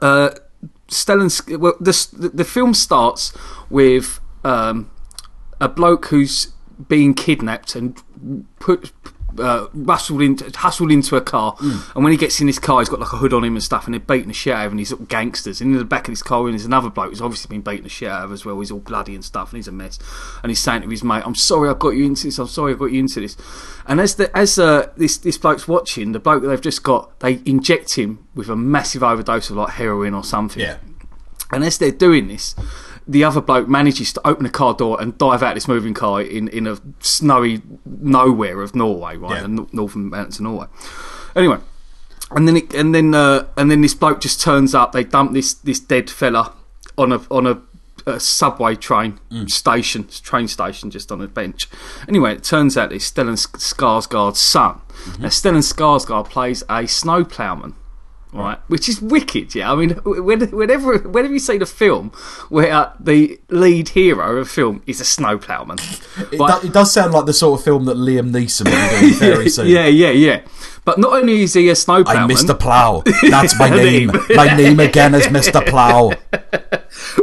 S2: uh, Stellan. Sk- Well, the s- the the film starts with um, a bloke who's being kidnapped and put. Uh, rustled into, hustled into a car, and when he gets in his car, he's got like a hood on him and stuff, and they're beating the shit out of him. And he's little gangsters, and in the back of his car, there's another bloke who's obviously been beating the shit out of as well. He's all bloody and stuff, and he's a mess. And he's saying to his mate, "I'm sorry, I got you into this. I'm sorry, I got you into this." And as the as uh, this this bloke's watching, the bloke that they've just got, they inject him with a massive overdose of like heroin or something.
S1: Yeah.
S2: And as they're doing this, the other bloke manages to open the car door and dive out this moving car in, in a snowy nowhere of Norway, right?
S1: Yeah.
S2: The nor- northern mountains of Norway. Anyway, and then it, and then uh, and then this bloke just turns up. They dump this this dead fella on a on a, a subway train
S1: Mm.
S2: station train station just on a bench. Anyway, it turns out it's Stellan Skarsgård's son.
S1: Mm-hmm.
S2: Now Stellan Skarsgård plays a snowplowman right? Which is wicked, yeah. I mean, when, whenever whenever you see the film where uh, the lead hero of a film is a snowplowman,
S1: It,
S2: Right.
S1: do- it does sound like the sort of film that Liam Neeson will be doing very soon.
S2: yeah, yeah, yeah. But not only is he a snowplowman,
S1: I'm Mr. Plow. That's my name. my name again is Mr. Plow.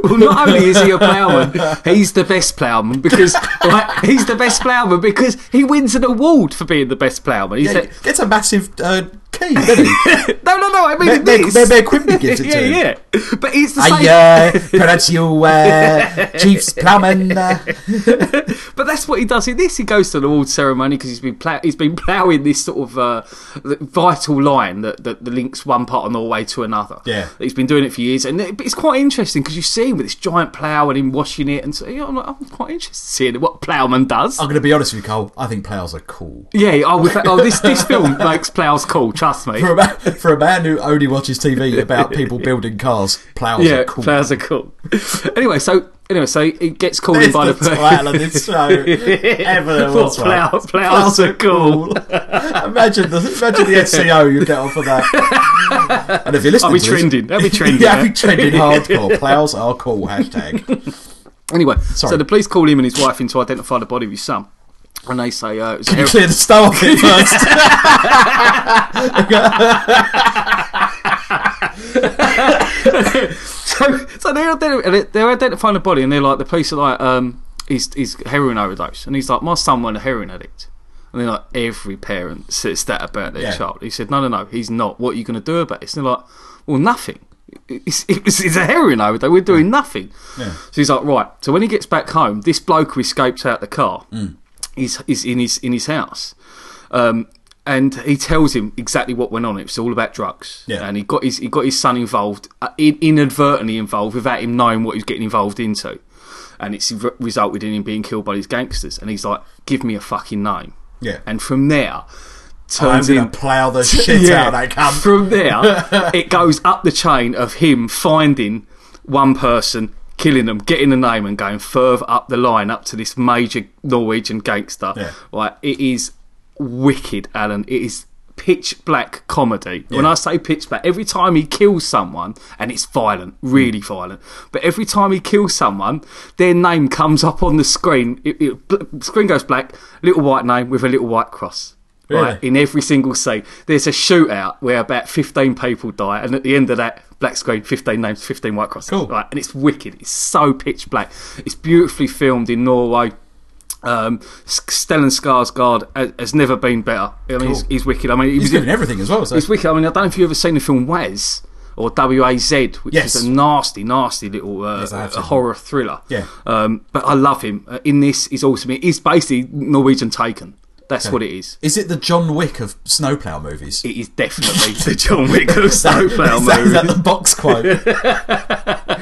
S2: Well, not only is he a ploughman, he's the best ploughman because right, he's the best ploughman because he wins an award for being the best ploughman. He's
S1: Yeah,
S2: like,
S1: gets a massive uh, key, doesn't he?
S2: no, no, no. I mean,
S1: Mayor-
S2: it
S1: Mayor-
S2: is.
S1: Mayor- Mayor Quimby gives it to
S2: yeah,
S1: him.
S2: yeah. But it's the same.
S1: I uh, pronounce you uh, Chiefs Plowman. Uh,
S2: But that's what he does in this. He goes to the award ceremony because he's been plow- he's been ploughing this sort of uh, vital line that, that that links one part of Norway to another.
S1: Yeah.
S2: he's been doing it for years, and it, but it's quite interesting because you see him with this giant plough and him washing it, and so you know, I'm, like, I'm quite interested in seeing what ploughman does.
S1: I'm going to be honest with you, Cole. I think plows are cool.
S2: yeah, oh, with that, oh, this this film makes ploughs cool. Trust me.
S1: for a man, for a man who only watches TV about people building cars, plows
S2: Yeah,
S1: are cool.
S2: ploughs are cool. anyway, so anyway, so he gets called in
S1: It's
S2: by
S1: the
S2: the,
S1: title of this show ever. there was one.
S2: plow- plows are cool.
S1: imagine the imagine the SEO you get off of that. And if you're listening,
S2: I'll be
S1: to this-
S2: trending. That'll be trending.
S1: Yeah, I'll be trending hardcore. Plows are cool. Hashtag.
S2: Anyway, so the police call him and his wife in to identify the body of his son. And they say, uh, it was a hero-
S1: Clear the star off it first.
S2: so, so they're, identi- and it- they're identifying the body, and they're like, the police are like, um, he's, he's heroin overdose, and he's like, my son was a heroin addict. And they're like, every parent says that about their
S1: Yeah.
S2: child. He said, no, no, no, he's not. What are you going to do about it? And they're like, well, nothing. It's, it's, it's a heroin overdose. We're doing nothing. So he's like, right. So when he gets back home, this bloke who escaped out the car
S1: Mm.
S2: is is in his in his house. Um, and he tells him exactly what went on. It was all about drugs,
S1: Yeah.
S2: and he got his he got his son involved, uh, in, inadvertently involved, without him knowing what he was getting involved into, and it's re- resulted in him being killed by these gangsters. And he's like, "Give me a fucking name."
S1: Yeah.
S2: And from there,
S1: I'm
S2: turns
S1: going
S2: in
S1: to plough the shit out of that cunt.
S2: from there, it goes up the chain of him finding one person, killing them, getting a name, and going further up the line up to this major Norwegian gangster.
S1: Yeah.
S2: Like it is wicked, Alan. It is pitch black comedy. When I say pitch black, every time he kills someone, and it's violent, really
S1: Mm.
S2: violent. But every time he kills someone, their name comes up on the screen. It, it, bl- screen goes black, little white name with a little white cross. Right,
S1: Really?
S2: in every single scene. There's a shootout where about 15 people die, and at the end of that, black screen, 15 names, 15 white crosses.
S1: Cool.
S2: Right, and it's wicked. It's so pitch black. It's beautifully filmed in Norway. Um, S- Stellan Skarsgård has, has never been better. I mean, he's, he's wicked. I mean, he
S1: He's
S2: was
S1: doing everything as well. So.
S2: It's wicked. I mean, I don't know if you've ever seen the film Waz or W A Z, which
S1: Yes.
S2: is a nasty, nasty little uh,
S1: Yes, I have
S2: a
S1: seen that.
S2: horror thriller.
S1: Yeah.
S2: Um, but I love him. Uh, in this, he's awesome. It's basically Norwegian Taken. That's what it is.
S1: Is it the John Wick of snowplow movies?
S2: It is definitely the John Wick of Snowplow
S1: is, that, is that
S2: movie.
S1: the box quote? yeah,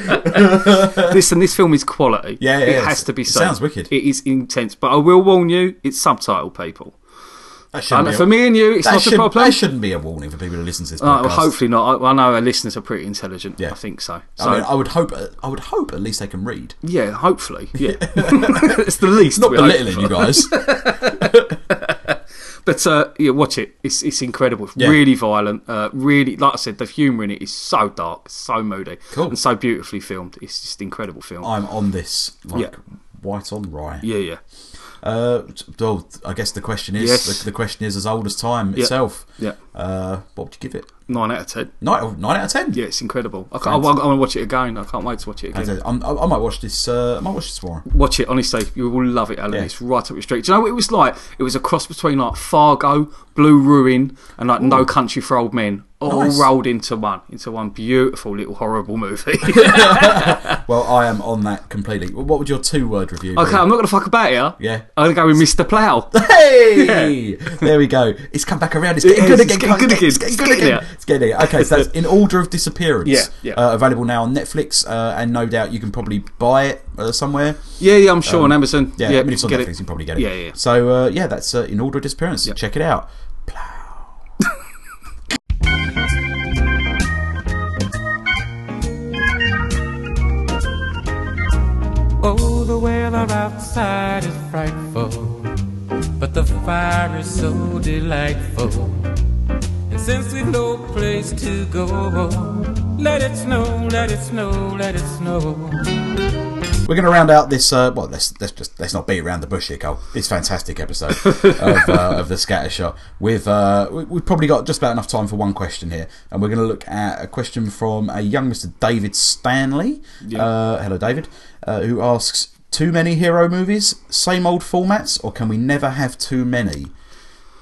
S2: Listen, this film is quality.
S1: Yeah, yeah,
S2: it
S1: it's-
S2: has to be
S1: it
S2: said.
S1: sounds wicked.
S2: It is intense, but I will warn you, it's subtitle people.
S1: that shouldn't
S2: And
S1: be
S2: for
S1: a,
S2: me and you, it's
S1: that,
S2: not
S1: should,
S2: a problem.
S1: that shouldn't be a warning for people who listen to this podcast.
S2: Uh, well, hopefully not. I, I know our listeners are pretty intelligent.
S1: Yeah.
S2: I think so. So
S1: I, mean, I would hope. I would hope at least they can read.
S2: yeah, hopefully. Yeah, it's the least.
S1: Not
S2: we hope
S1: belittling
S2: for.
S1: you guys.
S2: But uh, yeah, watch it. It's it's incredible. It's
S1: Yeah.
S2: really violent. Uh, really, like I said, the humour in it is so dark, so moody,
S1: Cool. Oh.
S2: and so beautifully filmed. It's just incredible film.
S1: I'm on this like
S2: Yeah.
S1: white on rye.
S2: yeah, yeah.
S1: Uh, well, I guess the question is
S2: Yes.
S1: the, the question is as old as time itself.
S2: Yeah.
S1: Uh, what would you give it?
S2: Nine out of ten.
S1: Nine, nine out of ten.
S2: Yeah, it's incredible. I, can't, I, want to watch it again. I can't wait to watch it
S1: I,
S2: again.
S1: don't- I'm- I, I might watch this. Uh, I might watch this tomorrow.
S2: Watch it, honestly. You will love it, Alan.
S1: Yeah.
S2: It's right up your street. Do you know what it was like? It was a cross between like Fargo, Blue Ruin, and like No Country for Old Men, all
S1: Nice.
S2: rolled into one, into one beautiful little horrible movie. okay,
S1: Well, I am on that completely. Well, What would your two-word review? be?
S2: I'm not gonna fuck about here.
S1: Yeah.
S2: I'm gonna go with Mr. Plow.
S1: Hey, there we go. It's come back around. It's getting
S2: is.
S1: good
S2: It's
S1: again.
S2: getting
S1: can't-
S2: good again.
S1: It's getting
S2: It's
S1: good
S2: getting
S1: again.
S2: there.
S1: It's getting there. Okay, so that's in order of disappearance.
S2: Yeah, yeah.
S1: Uh, available now on Netflix, uh, and no doubt you can probably buy it uh, somewhere.
S2: yeah, yeah, I'm sure on Amazon.
S1: Um, Yeah, I mean, it's on
S2: get
S1: Netflix.
S2: it.
S1: You can probably get it.
S2: Yeah, yeah.
S1: So uh, yeah, that's uh, in order of disappearance. Check it out.
S4: Oh, the weather outside is frightful, but the fire is so delightful. And since we've no place to go, let it snow, let it snow, let it snow.
S1: We're going to round out this. Uh, well, let's let's just let's not beat around the bush here, Cole. This fantastic episode of, uh, of the scatter shot. With uh, we, we've probably got just about enough time for one question here, and we're going to look at a question from a young Mister David Stanley. Uh, hello, David, uh, who asks: Too many hero movies, same old formats, or can we never have too many?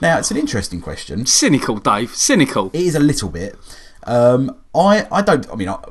S1: Now, it's an interesting question.
S2: Cynical, Dave. Cynical.
S1: It is a little bit. Um, I I don't. I mean, I,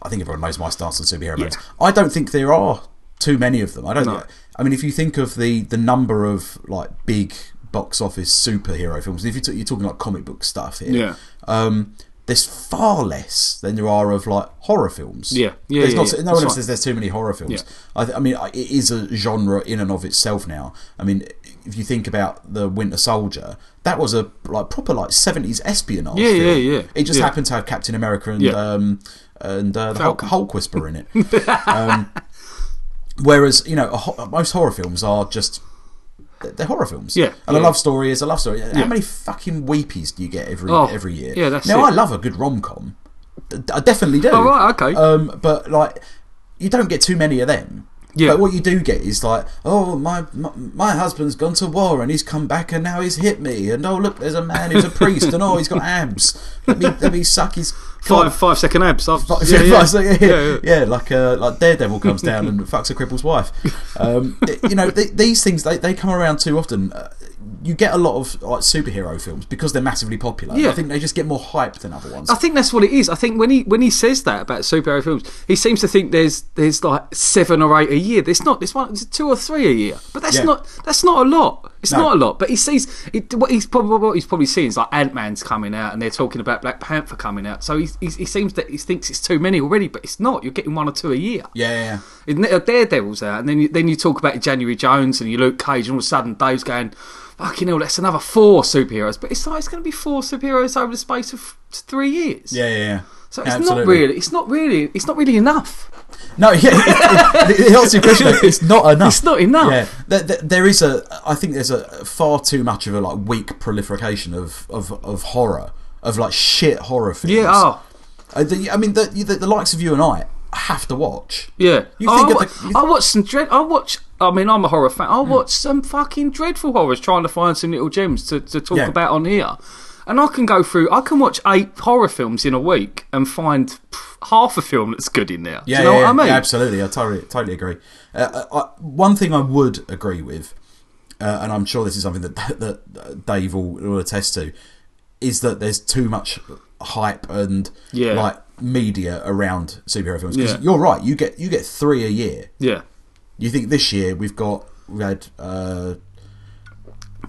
S1: I think everyone knows my stance on superhero movies. I don't think there are too many of them. I don't.
S2: No.
S1: think- I mean, if you think of the the number of like big box office superhero films, if you t- you're talking like comic book stuff here,
S2: Yeah.
S1: Um, there's far less than there are of like horror films.
S2: Yeah. Yeah,
S1: There's
S2: yeah,
S1: not,
S2: yeah.
S1: No one
S2: That's
S1: ever
S2: right.
S1: says there's too many horror films.
S2: Yeah.
S1: I, th- I mean, I- it is a genre in and of itself now. I mean, if you think about the Winter Soldier, that was a like proper like seventies espionage.
S2: Yeah,
S1: film.
S2: yeah, yeah.
S1: It just
S2: Yeah.
S1: happened to have Captain America and
S2: Yeah.
S1: um and uh, the Hulk,
S2: Falcon.
S1: Hulk Whisperer in it. um, whereas you know, a ho- most horror films are just. they're- They're horror films,
S2: Yeah,
S1: and
S2: yeah.
S1: a love story is a love story. How
S2: Yeah.
S1: many fucking weepies do you get every
S2: Oh,
S1: every year?
S2: yeah, that's
S1: now
S2: it.
S1: I love a good rom com. I definitely do.
S2: Oh, right, okay.
S1: Um, but like, you don't get too many of them.
S2: Yeah.
S1: But what you do get is like, oh my, my my husband's gone to war and he's come back and now he's hit me and oh look there's a man who's a priest and oh he's got abs. Let me let me suck his
S2: five five second abs. I've,
S1: Like,
S2: yeah,
S1: yeah,
S2: yeah.
S1: like, so, yeah, yeah,
S2: Yeah, yeah.
S1: like uh, like Daredevil comes down and fucks a cripple's wife. Um, th- you know, th- these things they, they come around too often. Uh, you get a lot of like superhero films because they're massively popular.
S2: Yeah.
S1: I think they just get more hype than other ones.
S2: I think that's what it is. I think when he when he says that about superhero films, he seems to think there's there's like seven or eight a year. There's not. There's one, there's two or three a year. But that's
S1: Yeah.
S2: not that's not a lot. It's
S1: No.
S2: not a lot. But he sees it, what he's probably what he's probably seeing is like Ant Man's coming out, and they're talking about Black Panther coming out. So he, he he seems that he thinks it's too many already, but it's not. You're getting one or two a year.
S1: yeah, yeah, yeah.
S2: Isn't it? Daredevil's out, and then you, then you talk about January Jones and you Luke Cage, and all of a sudden Dave's going, "Fucking hell, that's another four superheroes." But it's like it's going to be four superheroes over the space of three years.
S1: yeah, yeah, yeah.
S2: So it's
S1: Absolutely.
S2: not really, it's not really, it's not really enough.
S1: No, yeah, it, it, it helps your question. though. It's not enough.
S2: It's not enough.
S1: Yeah, there, there, there is a. I think there's a far too much of a like weak proliferation of of, of horror of like shit horror films.
S2: Yeah. Oh,
S1: I, the, I mean the, the the likes of you and I have to watch.
S2: yeah.
S1: You
S2: Oh,
S1: think Hmm.
S2: I,
S1: of
S2: wa-
S1: the- you-
S2: I watch some dread. I watch. I mean, I'm a horror fan. I watch some fucking dreadful horrors, trying to find some little gems to, to talk
S1: Yeah.
S2: about on here. And I can go through. I can watch eight horror films in a week and find pff, half a film that's good in there.
S1: Yeah,
S2: Do you know
S1: yeah,
S2: what I
S1: yeah,
S2: mean?
S1: absolutely. I totally totally agree. Uh, I, I, one thing I would agree with, uh, and I'm sure this is something that that, that Dave will, will attest to, is that there's too much hype and
S2: Yeah.
S1: like media around superhero films. 'Cause
S2: Yeah.
S1: You're right. You get you get three a year.
S2: Yeah.
S1: You think this year we've got we had uh,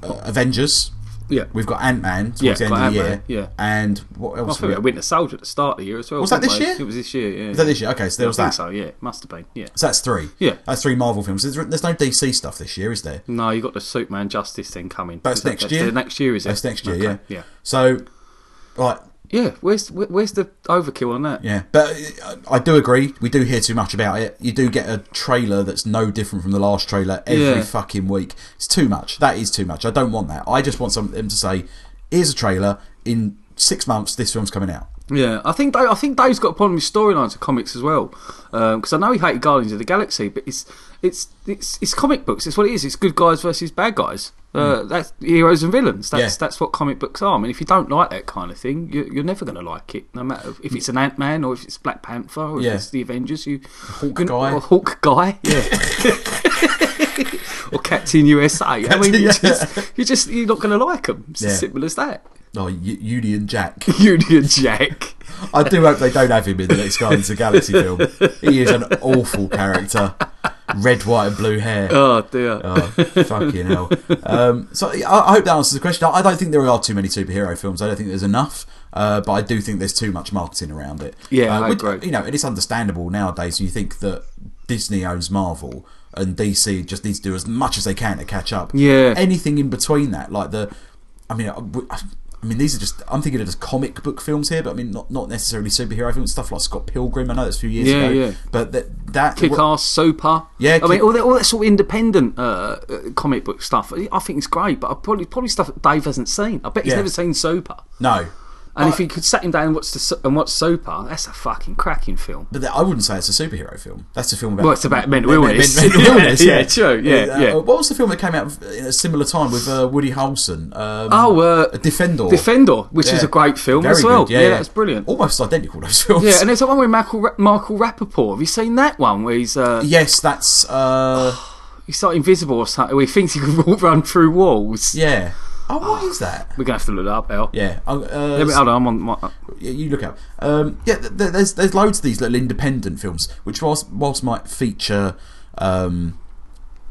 S1: uh, Avengers.
S2: Yeah.
S1: We've got Ant Man towards
S2: Yeah,
S1: the end
S2: got
S1: of the year.
S2: Ant-Man, yeah.
S1: And what
S2: I
S1: else? have
S2: think we had
S1: we got?
S2: Winter Soldier at the start of the year as well.
S1: Was that
S2: didn't
S1: this
S2: we?
S1: year?
S2: It was this year. Yeah.
S1: Is that this year? Okay, so there
S2: I
S1: was
S2: think
S1: that.
S2: so. Yeah, must have been. Yeah.
S1: So that's three.
S2: Yeah.
S1: That's three Marvel films. There's, there's no DC stuff this year, is there?
S2: No, you got the Superman Justice thing coming.
S1: That's
S2: Is that-
S1: next year?
S2: the next year, is it?
S1: That's next year,
S2: Okay,
S1: yeah.
S2: yeah,
S1: So, right,
S2: yeah. Where's where- where's the overkill on that?
S1: yeah. But uh, I do agree. We do hear too much about it. You do get a trailer that's no different from the last trailer every
S2: Yeah.
S1: fucking week. It's too much. That is too much. I don't want that. I just want some, them to say, here's a trailer. In six months, this film's coming out.
S2: Yeah, I think Dave, I think Dave's got a problem with storylines of comics as well, because I know he hated Guardians of the Galaxy, but it's it's it's it's comic books. It's what it is. It's good guys versus bad guys. Uh, That's heroes and villains. That's
S1: Hmm. Yeah.
S2: that's what comic books are. I mean, if you don't like that kind of thing, you, you're never going to like it. No matter if it's an Ant Man or if it's Black Panther or
S1: Yeah.
S2: if it's the Avengers, you Hawk
S1: Guy.
S2: or Hawk Guy, yeah, or Captain USA. I mean,
S1: Captain-
S2: you
S1: yeah.
S2: just, you just you're not going to like them. It's
S1: Yeah.
S2: as simple as that.
S1: Oh, U- Union Jack.
S2: Union Jack.
S1: I do hope they don't have him in the next Guardians of the Galaxy film. He is an awful character. Red, white, and blue hair.
S2: Oh dear.
S1: Oh, fucking hell. Um, so yeah, I, I hope that answers the question. I, I don't think there are too many superhero films. I don't think there's enough. Uh, but I do think there's too much marketing around it.
S2: Yeah,
S1: uh,
S2: I
S1: which,
S2: agree.
S1: You know, and it's understandable nowadays. You think that Disney owns Marvel and DC just needs to do as much as they can to catch up.
S2: Yeah.
S1: Anything in between that, like the, I mean, I, I mean, these are just. I'm thinking of just comic book films here, but I mean, not not necessarily superhero films. Stuff like Scott Pilgrim. I know that's a few years
S2: Yeah,
S1: ago.
S2: yeah.
S1: But that that
S2: kick ass super.
S1: Yeah,
S2: I
S1: kick-
S2: mean all that, all that sort of independent uh, uh, comic book stuff. I think it's great, but I probably probably stuff that Dave hasn't seen. I bet he's
S1: Yeah.
S2: never seen Super.
S1: No.
S2: And if he could sat him down and watch the Su- and watch Super, that's a fucking cracking film.
S1: But that, I wouldn't say it's a superhero film. That's a film about.
S2: Well, it's about mental
S1: men- men-
S2: illness.
S1: mental
S2: Yeah,
S1: illness,
S2: yeah, true, yeah,
S1: Uh,
S2: yeah.
S1: What was the film that came out at a similar time with uh, Woody Harrelson? Um,
S2: Oh, uh,
S1: Defender.
S2: Defender, which
S1: Yeah.
S2: is a great film
S1: Very
S2: as well.
S1: good, Yeah, yeah. Oh,
S2: that's brilliant.
S1: Almost identical those films.
S2: Yeah, and there's that one with Michael Ra- Michael Rappaport. Have you seen that one where he's uh,
S1: yes, that's uh,
S2: he's like invisible or something? Where he thinks he can walk run through walls.
S1: yeah. Oh, what is that?
S2: We're gonna have to look that up, Al.
S1: Yeah, uh, uh,
S2: Let me- hold on, I'm on my,
S1: yeah, you look up. Um, yeah, th- th- there's there's loads of these little independent films, which whilst whilst might feature um,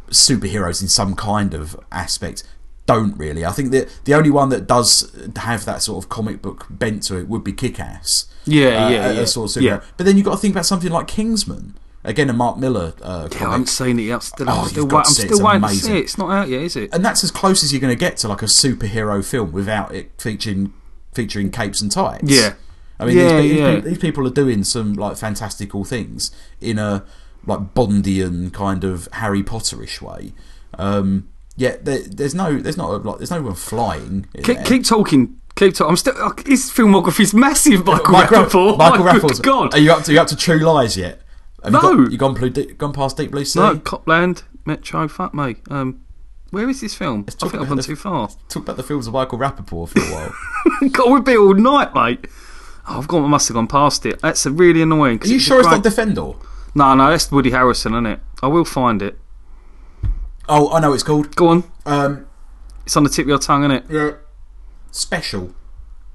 S1: superheroes in some kind of aspect, don't really. I think that the only one that does have that sort of comic book bent to it would be Kick Ass.
S2: Yeah, yeah, yeah.
S1: sort of superhero.
S2: Yeah.
S1: But then you've got to think about something like Kingsman. Again, a Mark Miller uh,
S2: I haven't
S1: comic.
S2: seen it. I'm still,
S1: Oh,
S2: I'm still,
S1: you've got to
S2: wait- I'm
S1: see it.
S2: still
S1: It's
S2: waiting to
S1: amazing. Uh,
S2: see it. It's not out yet, is it?
S1: and that's as close as you're going to get to like a superhero film without it featuring featuring capes and tights.
S2: Yeah.
S1: I mean,
S2: Yeah,
S1: these, pe-
S2: yeah.
S1: these, pe- these people are doing some like fantastical things in a like Bondian kind of Harry Potterish way. Um, yeah, there, there's no, there's not a, like, there's no one flying. in
S2: Keep,
S1: there.
S2: keep talking. Keep talking. I'm still. uh, His filmography's massive. Michael, Rappaport.
S1: Michael
S2: My good
S1: Rappaport.
S2: God.
S1: Are you up to are you up to True Lies yet? Have
S2: No.
S1: you, got, you gone blue, di- gone past Deep Blue Sea?
S2: no, Copland, Metro. Fuck me. Um, where is this film? I
S1: talk
S2: think I've
S1: about
S2: gone
S1: the-
S2: too far.
S1: Talk about the films of Michael Rappaport for a while.
S2: God, we'd be all night, mate. Oh, I've gone. I must have gone past it. That's a really annoying.
S1: Are you sure it's not Defendor?
S2: No, no, that's Woody Harrison, isn't it? I will find it.
S1: Oh, I know what it's called.
S2: Go on.
S1: Um,
S2: It's on the tip of your tongue, isn't it?
S1: yeah. Special.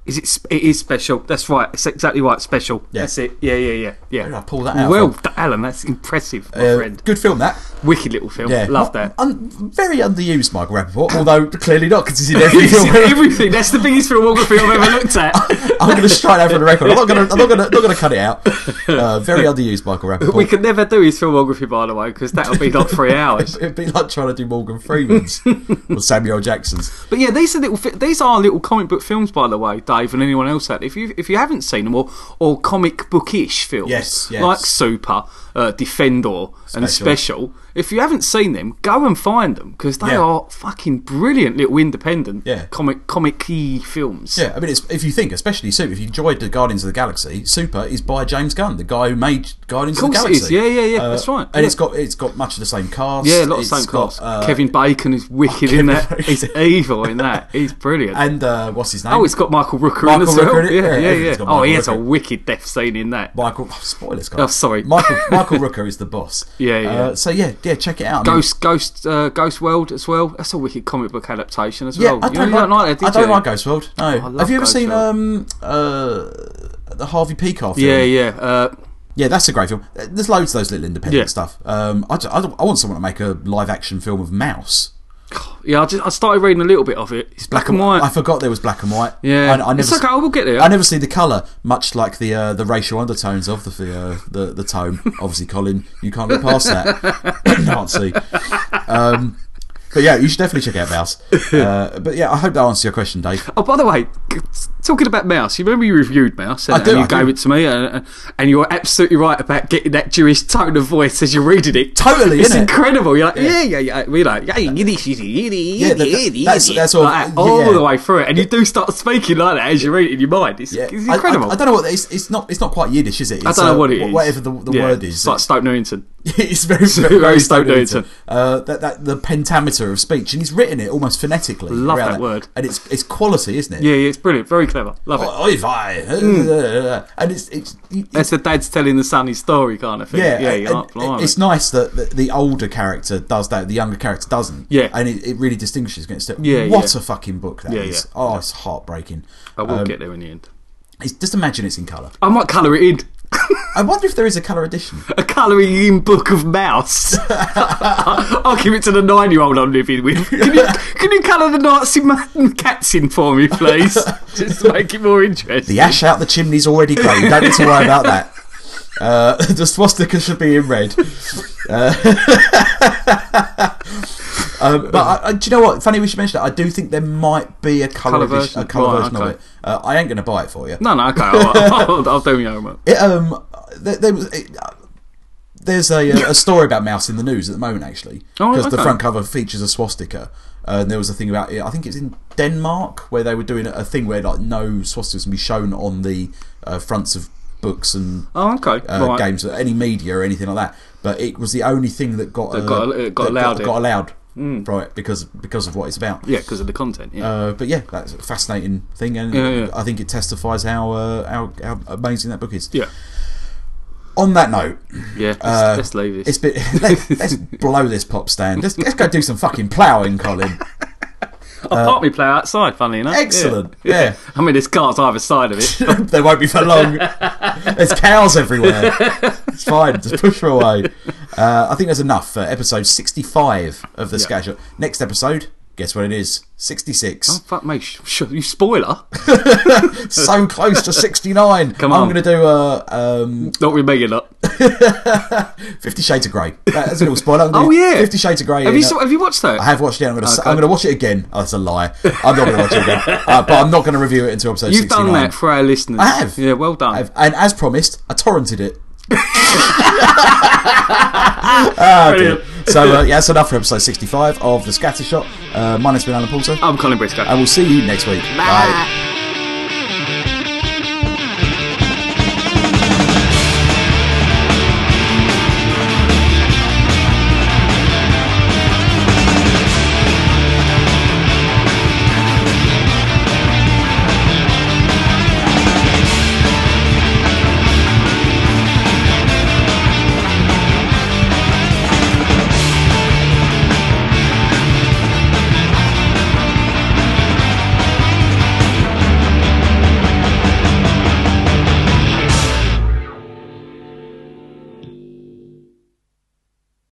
S2: Is it? sp- It is special. That's right. It's exactly right. Special.
S1: Yeah.
S2: That's it. Yeah, yeah, yeah, yeah.
S1: Where did I pull that out
S2: Well,
S1: from?
S2: d- Alan, that's impressive, my
S1: Uh,
S2: friend.
S1: good film, that.
S2: Wicked little film.
S1: Yeah. Not-
S2: Love that.
S1: Un- very underused, Michael Rappaport, although clearly not, because he's in every
S2: It's
S1: film.
S2: in everything. That's the biggest filmography I've ever looked at.
S1: I'm going to strike that for the record. I'm not going to. I'm not going to. Not going to cut it out. Uh, very underused, Michael Rappaport.
S2: We could never do his filmography, by the way, because that would be like three hours.
S1: It'd be like trying to do Morgan Freeman's or Samuel Jackson's.
S2: But yeah, these are little. fi- These are little comic book films, by the way, Dave, and anyone else out. there. If you if you haven't seen them, or or comic bookish films,
S1: Yes, yes.
S2: like Super, uh, Defendor,
S1: Special.
S2: and Special. If you haven't seen them, go and find them because they
S1: Yeah.
S2: are fucking brilliant little independent
S1: Yeah.
S2: comic comic-y films.
S1: Yeah, I mean, it's, if you think, especially Super, if you enjoyed the Guardians of the Galaxy, Super is by James Gunn, the guy who made Guardians
S2: Of
S1: of, the
S2: course it
S1: Galaxy. Uh,
S2: is. Yeah, yeah, yeah, that's right.
S1: And
S2: Yeah.
S1: it's got it's got much of the same cast.
S2: Yeah, a lot of
S1: It's
S2: same
S1: got,
S2: class.
S1: uh,
S2: Kevin Bacon is wicked
S1: Kevin
S2: in that.
S1: Bacon.
S2: He's evil in that. He's brilliant.
S1: and uh, what's his name?
S2: oh, it's got Michael Rooker in
S1: Michael
S2: as well.
S1: Rooker in it?
S2: Yeah,
S1: Yeah,
S2: yeah, yeah.
S1: everything's got
S2: Oh, he
S1: Michael
S2: has a
S1: Rooker.
S2: wicked death scene in that.
S1: Michael. Oh, spoilers, guys.
S2: Oh, sorry.
S1: Michael Michael Rooker is the boss.
S2: Yeah, yeah.
S1: Uh, so yeah, yeah, check it out. I mean,
S2: Ghost, Ghost, uh, Ghost World as well. That's a wicked comic book adaptation as
S1: Yeah,
S2: well.
S1: I
S2: you know,
S1: don't,
S2: you don't
S1: like,
S2: like that, did
S1: I don't
S2: you? Oh,
S1: like Ghost World. No.
S2: love
S1: Have you ever
S2: Ghost
S1: seen
S2: World.
S1: um uh the Harvey P. film?
S2: Yeah, yeah. Uh,
S1: Yeah, that's a great film. Uh, There's loads of those little independent
S2: Yeah.
S1: stuff. Um, I, ju- I, don't- I want someone to make a live action film of Mouse.
S2: yeah. I just I started reading a little bit of it. It's black, and white.
S1: I forgot there was black and white.
S2: yeah,
S1: I, I never.
S2: it's okay.
S1: s-
S2: I will get there.
S1: I never see the colour, much like the uh, the racial undertones of the uh, the the tome. Obviously, Colin, you can't look past that. can't see. Um, but yeah, you should definitely check out Mouse. Uh, but yeah, I hope that answers your question, Dave.
S2: Oh, by the way, g- talking about Mouse, you remember you reviewed Mouse and,
S1: I do,
S2: and you
S1: I do.
S2: gave it to me, and, and you were absolutely right about getting that Jewish tone of voice as you're reading it.
S1: Totally,
S2: it's
S1: innit?
S2: incredible. You're like, yeah, yeah, yeah. We're like, yeah, yiddish, yiddish, yiddish,
S1: Yeah, that-
S2: yiddish,
S1: that's-
S2: yiddish,
S1: that's all-
S2: like that, all
S1: yeah.
S2: the way through it, and you do start speaking like that as you read it in your mind. It's,
S1: Yeah,
S2: it's
S1: I- I-
S2: incredible.
S1: I, don't know what it's, it's not. It's not quite Yiddish, is it? It's,
S2: I don't know
S1: uh,
S2: what it is.
S1: wh- Whatever the, the
S2: Yeah,
S1: word is.
S2: It's like Stoke Newington.
S1: it's very
S2: very
S1: very, very
S2: Stoke
S1: Stoke Newington.
S2: Newington.
S1: Uh, that, that the pentameter of speech, and he's written it almost phonetically.
S2: Love
S1: around
S2: that word.
S1: and it's it's quality, isn't it?
S2: Yeah, yeah, it's brilliant. Very clever. Love it.
S1: Oi, vi. and it's it's,
S2: Mm. That's the dad's telling the son his story kind of thing.
S1: yeah,
S2: yeah,
S1: and-
S2: you're like,
S1: and
S2: blimey.
S1: it's nice that the, the older character does that, the younger character doesn't.
S2: Yeah.
S1: and it, it really distinguishes against it.
S2: Yeah,
S1: what
S2: yeah.
S1: a fucking book that is.
S2: Yeah, yeah.
S1: Oh, it's heartbreaking.
S2: I will
S1: um,
S2: get there in the end.
S1: It's, just imagine it's in colour.
S2: I might colour it in.
S1: I wonder if there is a colour edition.
S2: A colouring in book of mouse. I'll give it to the nine-year-old I'm living with. Can you, can you colour the Nazi man, cats in for me, please? Just to make it more interesting.
S1: The ash out the chimney's already grown. Don't need to worry about that. Uh, the swastika should be in red. Uh, um, but I, I, do you know what? Funny we should mention that. I do think there might be a colour
S2: Colour
S1: version,
S2: version.
S1: a colour
S2: Right,
S1: version
S2: okay.
S1: of it. Uh, I ain't going to buy it for you.
S2: No, no, okay. I'll, I'll, I'll do my homework.
S1: It, um, there, there was. It, uh, there's a, uh, a story about Mouse in the news at the moment, actually,
S2: Oh,
S1: because the
S2: okay.
S1: front cover features a swastika. Uh, and there was a thing about it. I think it's in Denmark where they were doing a- a thing where like no swastikas can be shown on the uh, fronts of books and
S2: Oh, okay.
S1: uh,
S2: right.
S1: games, any media or anything like that. But it was the only thing that got
S2: That got- it got allowed it. Hmm.
S1: got, allowed for it because because of what it's about.
S2: Yeah, because of the content. Yeah.
S1: Uh, but yeah, that's a fascinating thing, and
S2: Yeah, yeah.
S1: I think it testifies how, uh, how how amazing that book is.
S2: yeah.
S1: On that note,
S2: Yeah. Let's,
S1: uh,
S2: let's leave
S1: it's
S2: this.
S1: been let, let's blow this pop stand. Let's, let's go do some fucking ploughing, Colin.
S2: I'll park me play outside, funny enough. Yeah.
S1: Uh, Excellent. yeah.
S2: I mean, there's cars either side of it.
S1: they won't be for long. There's cows everywhere. It's fine. Just push her away. Uh, I think that's enough for episode 65 of the Scash. Next episode, guess what it is? 66.
S2: Oh, Fuck me, sh- sh- you spoiler.
S1: So close to 69.
S2: Come
S1: I'm
S2: on.
S1: going to do a um,
S2: Not with Megan up.
S1: Fifty Shades of Grey. That's a little spoiler. I'm gonna
S2: Oh,
S1: do
S2: yeah.
S1: Fifty Shades of Grey.
S2: Have
S1: in
S2: you
S1: a-
S2: saw, have you watched that?
S1: I have watched it. I'm going to
S2: Okay.
S1: I'm going to watch it again. Oh, that's a lie. I'm not going to watch it again. Uh, but I'm not going to review it until episode
S2: You've
S1: 69.
S2: done that for our listeners.
S1: I have.
S2: Yeah, well done.
S1: I've- and as promised, I torrented it.
S2: Brilliant.
S1: So uh, yeah, that's enough for episode 65 of The Scatter Shot. Uh, my name's been Alan Poulter.
S2: I'm Colin Briscoe.
S1: I will see you next week. Bye.
S2: Bye.